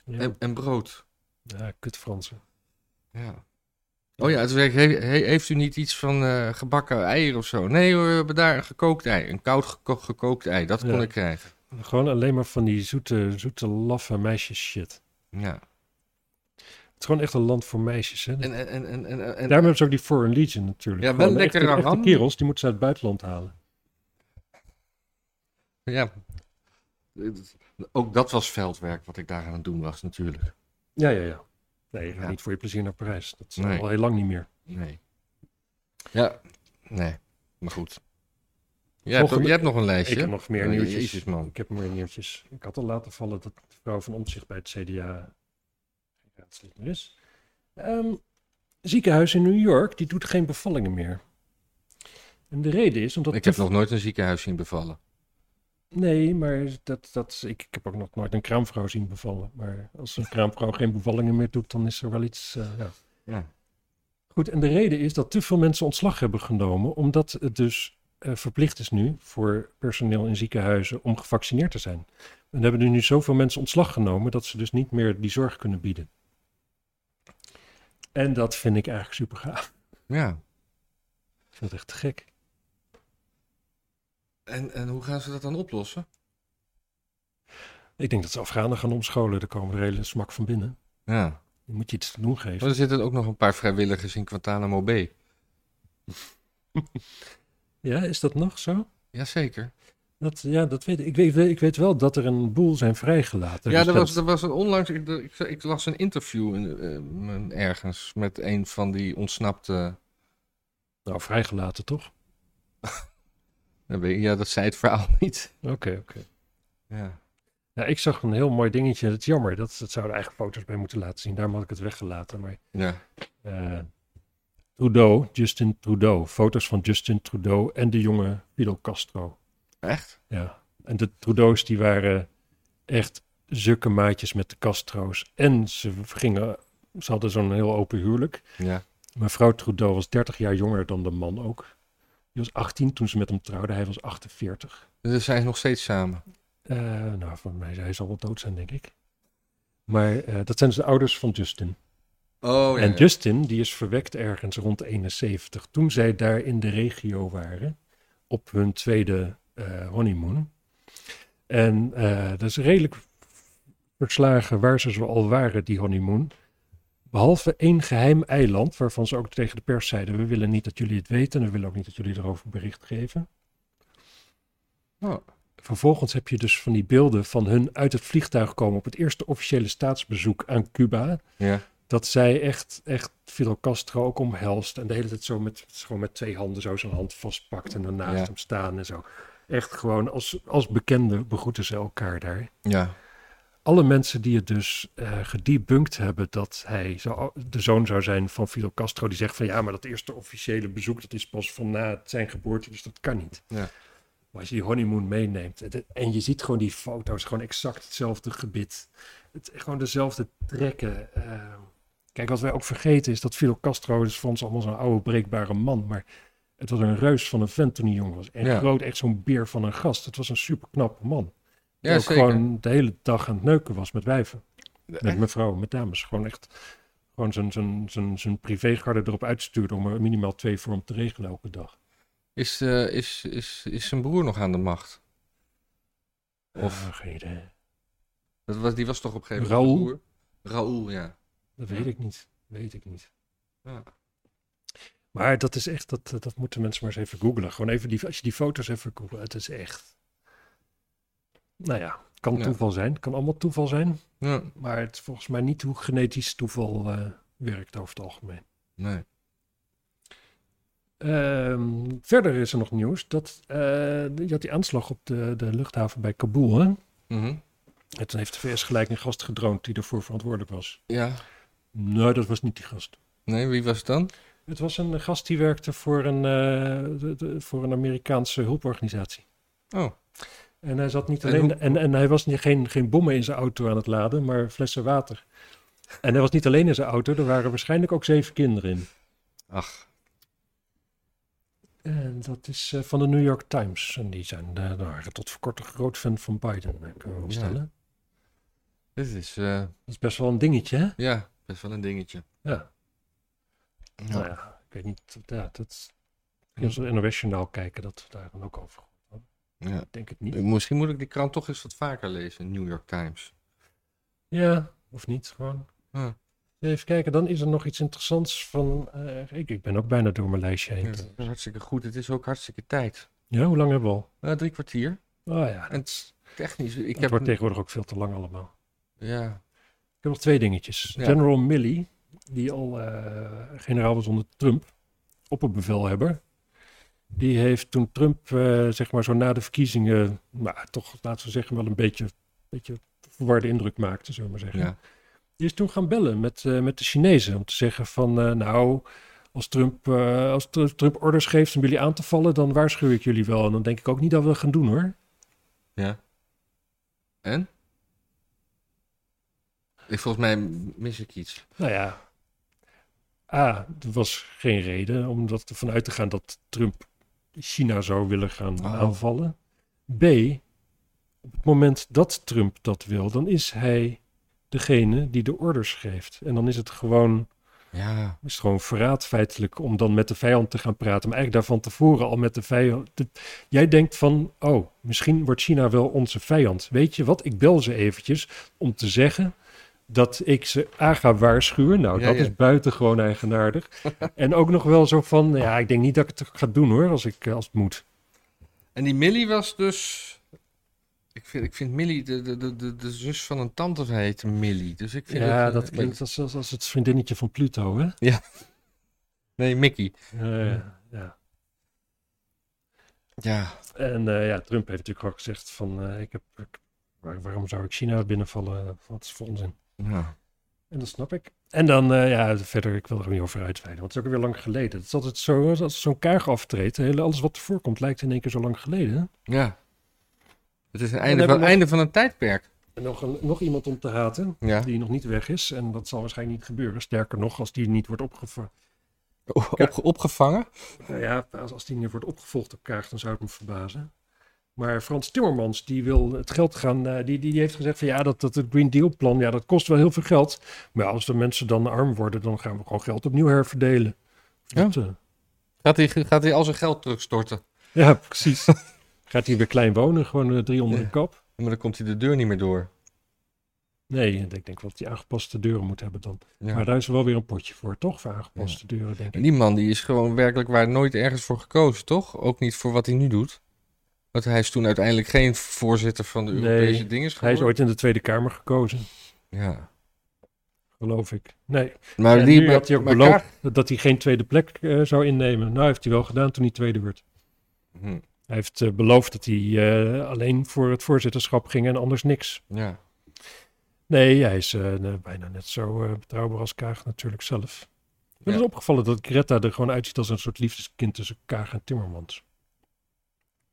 Ja.
En, en brood.
Ja, kut Fransen.
Ja. Oh ja, het werkt. He- he- heeft u niet iets van eh, gebakken eieren of zo? Nee hoor, we hebben daar een gekookt ei. Een koud geko- gekookt ei. Dat kon
Ja.
ik krijgen.
Gewoon alleen maar van die zoete, zoete laffe meisjes shit.
Ja.
Het is gewoon echt een land voor meisjes. Hè?
En, en, en, en, en, en-
Daarom hebben ze ook die Foreign Legion natuurlijk.
Ja, wel
Gewoon
lekker
echte, echte
ram.
kerels, die moeten ze uit het buitenland halen.
Ja. Eh, Ook dat was veldwerk wat ik daar aan het doen was, natuurlijk.
Ja, ja, ja. Nee, je gaat
Ja.
niet voor je plezier naar Parijs. Dat is
Nee.
al heel lang niet meer.
Nee. Ja, nee. Maar goed. Jij, hebt,
Volgende-
ook- jij hebt nog een
Ik
lijstje.
heb nog meer
Oh,
nieuwtjes.
Jezus, man.
Ik heb meer nieuwtjes. Ik had al laten vallen dat de vrouw van Omtzigt bij het CDA geen raadslid meer is. Ehm, ziekenhuis in New York, die doet geen bevallingen meer. En de reden is omdat...
Ik
te
heb nog nooit een ziekenhuis zien bevallen.
Nee, maar dat, dat, ik, ik heb ook nog nooit een kraamvrouw zien bevallen. Maar als een kraamvrouw geen bevallingen meer doet, dan is er wel iets. eh, ja.
Ja.
Goed, en de reden is dat te veel mensen ontslag hebben genomen, omdat het dus eh, verplicht is nu voor personeel in ziekenhuizen om gevaccineerd te zijn. En hebben er nu zoveel mensen ontslag genomen dat ze dus niet meer die zorg kunnen bieden. En dat vind ik eigenlijk super gaaf.
Ja.
Ik vind het echt te gek.
En, en hoe gaan ze dat dan oplossen?
Ik denk dat ze Afghanen gaan omscholen. Daar komen er hele smak van binnen.
Ja.
Dan moet je iets te doen geven.
Maar er zitten ook nog een paar vrijwilligers in Guantanamo Bay.
Ja, is dat nog zo?
Jazeker.
Dat, ja, dat weet ik. Ik weet, ik weet wel dat er een boel zijn vrijgelaten.
Ja,
Dus
er was, er was een onlangs. Ik, ik, ik las een interview in, eh, ergens met een van die ontsnapte.
Nou, vrijgelaten toch?
eh, Ja, dat zei het verhaal niet.
Oké, oké.
Ja.
Ja, ik zag een heel mooi dingetje. Het is jammer, dat, dat zouden eigenlijk foto's bij moeten laten zien. Daarom had ik het weggelaten. Maar
Ja.
eh, Trudeau, Justin Trudeau. Foto's van Justin Trudeau en de jonge Fidel Castro.
Echt?
Ja. En de Trudeau's die waren echt zukke maatjes met de Castro's. En ze gingen, ze hadden zo'n heel open huwelijk.
Ja.
Mevrouw Trudeau was 30 jaar jonger dan de man ook. Die was 18 toen ze met hem trouwde. Hij was 48.
Dus zijn ze nog steeds samen.
Eh, nou, voor mij hij zal wel dood zijn, denk ik. Maar eh, dat zijn dus de ouders van Justin.
Oh
en Justin, die is verwekt ergens rond 71. Toen zij daar in de regio waren, op hun tweede eh, honeymoon. En eh, dat is redelijk verslagen waar ze zo al waren, die honeymoon. Behalve één geheim eiland, waarvan ze ook tegen de pers zeiden: We willen niet dat jullie het weten en we willen ook niet dat jullie erover bericht geven.
Oh.
Vervolgens heb je dus van die beelden van hun uit het vliegtuig komen op het eerste officiële staatsbezoek aan Cuba.
Ja.
Dat zij echt, echt Fidel Castro ook omhelst en de hele tijd zo met, gewoon met twee handen zo zijn hand vastpakt en daarnaast
Ja.
hem staan en zo. Echt gewoon als, als bekenden begroeten ze elkaar daar
Ja.
alle mensen die het dus eh gedebunkt hebben dat hij zou, de zoon zou zijn van Fidel Castro, die zegt van ja, maar dat eerste officiële bezoek, dat is pas van na zijn geboorte, dus dat kan niet.
Ja.
Maar als je die honeymoon meeneemt het- en je ziet gewoon die foto's, gewoon exact hetzelfde gebit, het, gewoon dezelfde trekken. eh. kijk, wat wij ook vergeten is dat Fidel Castro is voor ons allemaal zo'n oude breekbare man, maar het was een reus van een vent toen hij jong was. En
Ja.
groot, echt zo'n beer van een gast. Het was een superknappe man. ook gewoon de hele dag aan het neuken was met wijven.
Eh,
Met mevrouwen, met dames. Gewoon echt gewoon zijn, zijn, zijn, zijn privégarde erop uitstuurde om er minimaal twee voor hem te regelen elke dag.
Is, eh, is, is, is zijn broer nog aan de macht? Of,
Ah, geen idee.
dat was, die was toch op een gegeven
Raoul?
moment de broer? Raoul, ja.
Dat weet ik niet. Weet ik niet.
Ja.
Maar dat is echt, dat, dat moeten mensen maar eens even googlen. Gewoon even die, als je die foto's even googelt, het is echt. Nou ja, kan
Ja.
toeval zijn. Kan allemaal toeval zijn.
Ja,
Maar het is volgens mij niet hoe genetisch toeval eh, werkt over het algemeen.
nee.
Ehm, verder is er nog nieuws dat eh, je had die aanslag op de, de luchthaven bij Kabul. Hè?
Mhm.
En toen heeft de VS gelijk een gast gedroond die ervoor verantwoordelijk was.
Ja,
Nee, dat was niet die gast.
nee, wie was het dan?
Het was een gast die werkte voor een, eh, de- de- voor een Amerikaanse hulporganisatie.
Oh,
En hij zat niet
En
alleen. En,
hoe-
en, hij was niet, geen, geen bommen in zijn auto aan het laden, maar flessen water. En hij was niet alleen in zijn auto, er waren waarschijnlijk ook zeven kinderen in.
ach,
En dat is eh, van de New York Times. En die zijn eh, nou, waren tot voor kort een groot fan van Biden, eh, kunnen we opstellen.
dit is, eh,
Dat is best wel een dingetje, hè?
ja, best wel een dingetje.
Ja.
Ja.
Nou ja, ik weet niet. Ja, dat, als we NOS-journaal kijken, dat we daar dan ook over.
Ja.
Ik denk het niet.
Ik- Misschien moet ik die krant toch eens wat vaker lezen, New York Times.
Ja, of niet gewoon.
Ja.
Even kijken, dan is er nog iets interessants van. eh, ik, ik ben ook bijna door mijn lijstje heen.
Ja, dat is hartstikke goed, het is ook hartstikke tijd.
Ja, hoe lang hebben we al?
Nou, drie kwartier.
Oh ja,
En het is technisch, ik
het
heb...
wordt tegenwoordig ook veel te lang allemaal.
Ja,
Ik heb nog twee dingetjes.
Ja.
General Milley, die al eh, generaal was onder Trump, opperbevelhebber. Die heeft toen Trump, eh, zeg maar zo na de verkiezingen, nou toch laten we zeggen wel een beetje, beetje verwarde indruk maakte, zullen we maar zeggen.
ja.
Die is toen gaan bellen met, eh, met de Chinezen om te zeggen van eh, nou, als Trump, eh, als Tr- Trump orders geeft om jullie aan te vallen, dan waarschuw ik jullie wel. En dan denk ik ook niet dat we dat gaan doen hoor.
Ja. En? Ik, volgens mij mis ik iets.
Nou ja, A, er was geen reden om dat ervan uit te gaan dat Trump China zou willen gaan
Oh.
aanvallen. B, op het moment dat Trump dat wil, dan is hij degene die de orders geeft. En dan is het gewoon
Ja.
is het gewoon verraad feitelijk om dan met de vijand te gaan praten. Maar eigenlijk daarvan tevoren al met de vijand. de- jij denkt van, oh, misschien wordt China wel onze vijand. Weet je wat, ik bel ze eventjes om te zeggen dat ik ze A ga waarschuwen. Nou,
Ja,
dat
ja.
is buitengewoon eigenaardig. en ook nog wel zo van, ja, ik denk niet dat ik het ga doen hoor, als, ik, eh, als het moet.
En die Millie was dus... Ik vind, ik vind Millie, de, de, de- de, de zus van een tante heet Millie. Dus ik vind
Ja,
het, eh,
dat klinkt als, als, als het vriendinnetje van Pluto, hè?
Nee, Mickey.
Eh, ja.
Ja.
En eh, ja, Trump heeft natuurlijk ook gezegd van, eh, ik heb, ik- waar- waarom zou ik China binnenvallen? Wat is voor onzin?
ja.
En dat snap ik. En dan, eh, ja, verder, ik wil er ook niet over uitweiden, want het is ook weer lang geleden. Het is altijd zo, als- als zo'n kaag aftreedt, de hele- alles wat ervoor komt lijkt in één keer zo lang geleden.
Ja. Het is een
hebben
einde
we
van,
nog-
einde van een tijdperk.
En nog, een, nog iemand om te haten,
Ja.
die nog niet weg is, en dat zal waarschijnlijk niet gebeuren. Sterker nog, als die niet wordt opgevangen,
Opge- opgevangen.
nou ja, als, als die niet wordt opgevolgd door kaag, dan zou het me verbazen. Maar Frans Timmermans, die wil het geld gaan, eh, die, die, die heeft gezegd van ja, dat, dat het Green Deal plan, ja, dat kost wel heel veel geld. Maar ja, als de mensen dan arm worden, dan gaan we gewoon geld opnieuw herverdelen.
Ja.
Dat, eh,
Gaat hij, gaat hij al zijn geld terugstorten.
Ja, precies. Gaat hij weer klein wonen, gewoon eh, drie onder
Ja.
de kap?
Maar dan komt hij de deur niet meer door.
Nee, ik denk wel dat hij aangepaste deuren moet hebben dan.
Ja.
Maar daar is wel weer een potje voor, toch? Voor aangepaste deuren, denk
En
ik.
die man die is gewoon werkelijk waar nooit ergens voor gekozen, toch? Ook niet voor wat hij nu doet. Want hij is toen uiteindelijk geen voorzitter van de
Nee,
Europese dingen
Hij is
geworden.
ooit in de Tweede Kamer gekozen,
Ja.
geloof ik. Nee,
Maar
en
die
nu
maar-
had hij ook
maar
beloofd
Kaag-
dat hij geen tweede plek eh, zou innemen. Nou, heeft hij wel gedaan toen hij tweede werd.
Hm,
Hij heeft eh, beloofd dat hij eh, alleen voor het voorzitterschap ging en anders niks.
ja.
Nee, hij is eh, nou, bijna net zo eh, betrouwbaar als Kaag natuurlijk zelf.
Ja.
Het is opgevallen dat Greta er gewoon uitziet als een soort liefdeskind tussen Kaag en Timmermans.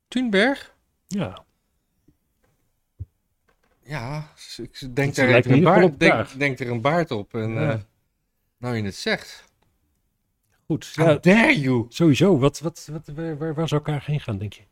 Thunberg?
Ja,
Ja, s- ik denk
Dat
daar
lijkt
even
me
een
in ieder
baard,
geval op
denk,
Kaag.
denk er een baard op. En,
Ja.
eh, nou, je het zegt.
goed.
How
Ja,
dare you?
sowieso, wat, wat, wat, waar, waar, waar zou Kaag heen gaan, denk je?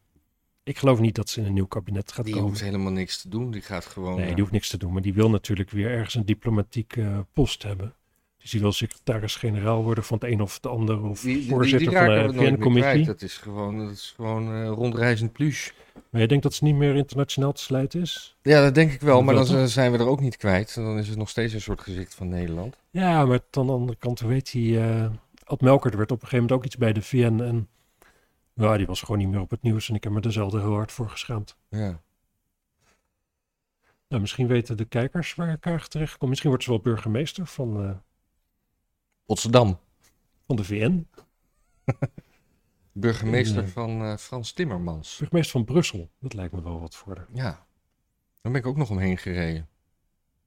Ik geloof niet dat ze in een nieuw kabinet gaat
Die
komen.
hoeft helemaal niks te doen. Die gaat gewoon.
Nee,
eh,
die hoeft niks te doen. Maar die wil natuurlijk weer ergens een diplomatieke eh, post hebben. Dus die wil secretaris-generaal worden van het een of het ander. Of
die- die- die-
voorzitter
die
van
raken
de
we nooit meer kwijt.
VN-commissie.
Dat is gewoon, dat is gewoon eh, rondreizend plus.
Maar je denkt dat ze niet meer internationaal te sluiten is?
Ja, dat denk ik wel.
Dat
Maar
wel,
dan z- zijn we er ook niet kwijt. En Dan is het nog steeds een soort gezicht van Nederland.
Ja, maar aan de andere kant, hoe weet hij... eh, Ad Melkert werd op een gegeven moment ook iets bij de VN. En nou, die was gewoon niet meer op het nieuws. En ik heb me daar zelf heel hard voor geschaamd.
Ja.
Nou, misschien weten de kijkers waar ik erg terecht kom. Misschien wordt ze wel burgemeester van, eh,
Potsdam.
van de VN.
Burgemeester
Ja.
van eh, Frans Timmermans.
Burgemeester van Brussel. Dat lijkt me wel wat voor haar.
Ja. Daar ben ik ook nog omheen gereden.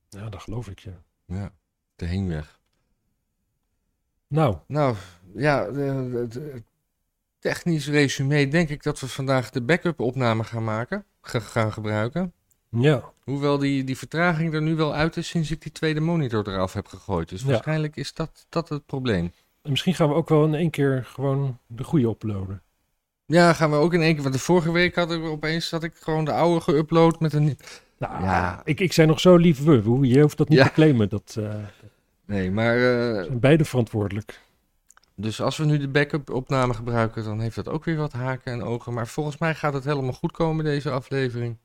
Ja, dat geloof ik, ja.
Ja. De heenweg.
Nou,
Nou, ja, de- de- de- technisch resume denk ik dat we vandaag de backup opname gaan maken, ge- gaan gebruiken.
ja.
Hoewel die, die vertraging er nu wel uit is sinds ik die tweede monitor eraf heb gegooid. Dus
Ja.
waarschijnlijk is dat, dat het probleem.
En misschien gaan we ook wel in één keer gewoon de goede uploaden.
Ja, gaan we ook in één keer, want de vorige week had ik opeens, had ik gewoon de oude geüpload met een...
Nou,
Ja.
ik, ik zei nog zo lief we. Hoe- Je hoeft dat niet
Ja.
te claimen. Dat eh,
Nee, maar eh,
zijn beide verantwoordelijk.
Dus als we nu de backup opname gebruiken, dan heeft dat ook weer wat haken en ogen. Maar volgens mij gaat het helemaal goed komen deze aflevering.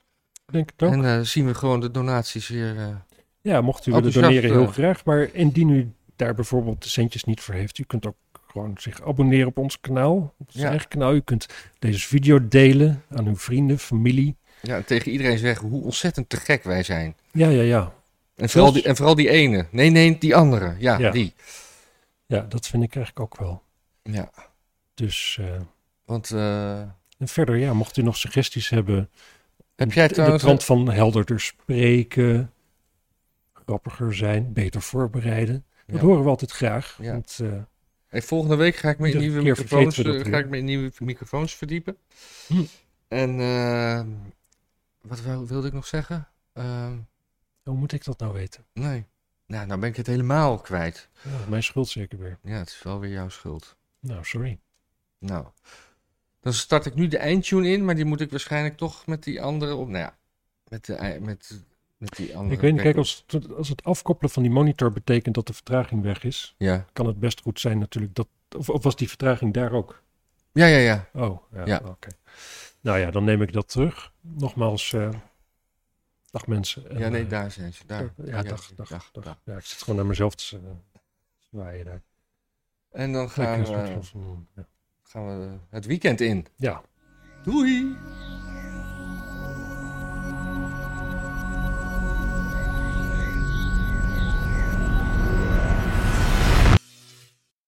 Ik Denk het ook.
En eh, zien we gewoon de donaties weer. eh,
ja, mocht u willen
enthousiast,
doneren, heel
eh.
graag. Maar indien u daar bijvoorbeeld de centjes niet voor heeft, u kunt ook gewoon zich abonneren op ons kanaal. Op ons
Ja.
eigen kanaal. U kunt deze video delen aan uw vrienden, familie.
ja, tegen iedereen zeggen hoe ontzettend te gek wij zijn.
Ja, ja, ja.
En vooral, die, en vooral die ene. Nee, nee, die andere. Ja,
Ja.
die.
Ja, dat vind ik eigenlijk ook wel.
Ja,
Dus eh,
want eh,
en verder, ja, mocht u nog suggesties hebben,
heb jij
de,
trouwens...
de trant van helderder spreken, grappiger zijn, beter voorbereiden. Dat
Ja.
horen we altijd graag.
Ja.
Want, eh,
Hey, volgende week ga ik mijn
Iedere
nieuwe
keer
microfoons,
vergeten we dat
eh,
weer.
ga ik mijn nieuwe microfoons verdiepen.
Hm.
En eh, wat wou- wilde ik nog zeggen? Ehm,
hoe moet ik dat nou weten?
nee. Nou, nou ben ik het helemaal kwijt.
Ja, mijn schuld zeker weer.
Ja, het is wel weer jouw schuld.
Nou, sorry.
Nou, dan start ik nu de eindtune in, maar die moet ik waarschijnlijk toch met die andere op. Nou ja, met, de, ei- met, met die andere.
ik weet niet, kijk,
backup.
als, het- als het afkoppelen van die monitor betekent dat de vertraging weg is,
Ja,
kan het best goed zijn natuurlijk dat. Of, of was die vertraging daar ook?
ja, ja. ja.
Oh, ja.
Ja.
Oké. Nou ja, dan neem ik dat terug. Nogmaals, eh, dag mensen. En,
Ja, nee,
eh,
daar zijn ze. Daar.
Ja, dag, dag, dag, Ja, ik zit gewoon naar mezelf te eh, zwaaien daar.
En dan
Lekker,
gaan
een soort
we,
van- ja.
gaan we het weekend in.
Ja.
Doei!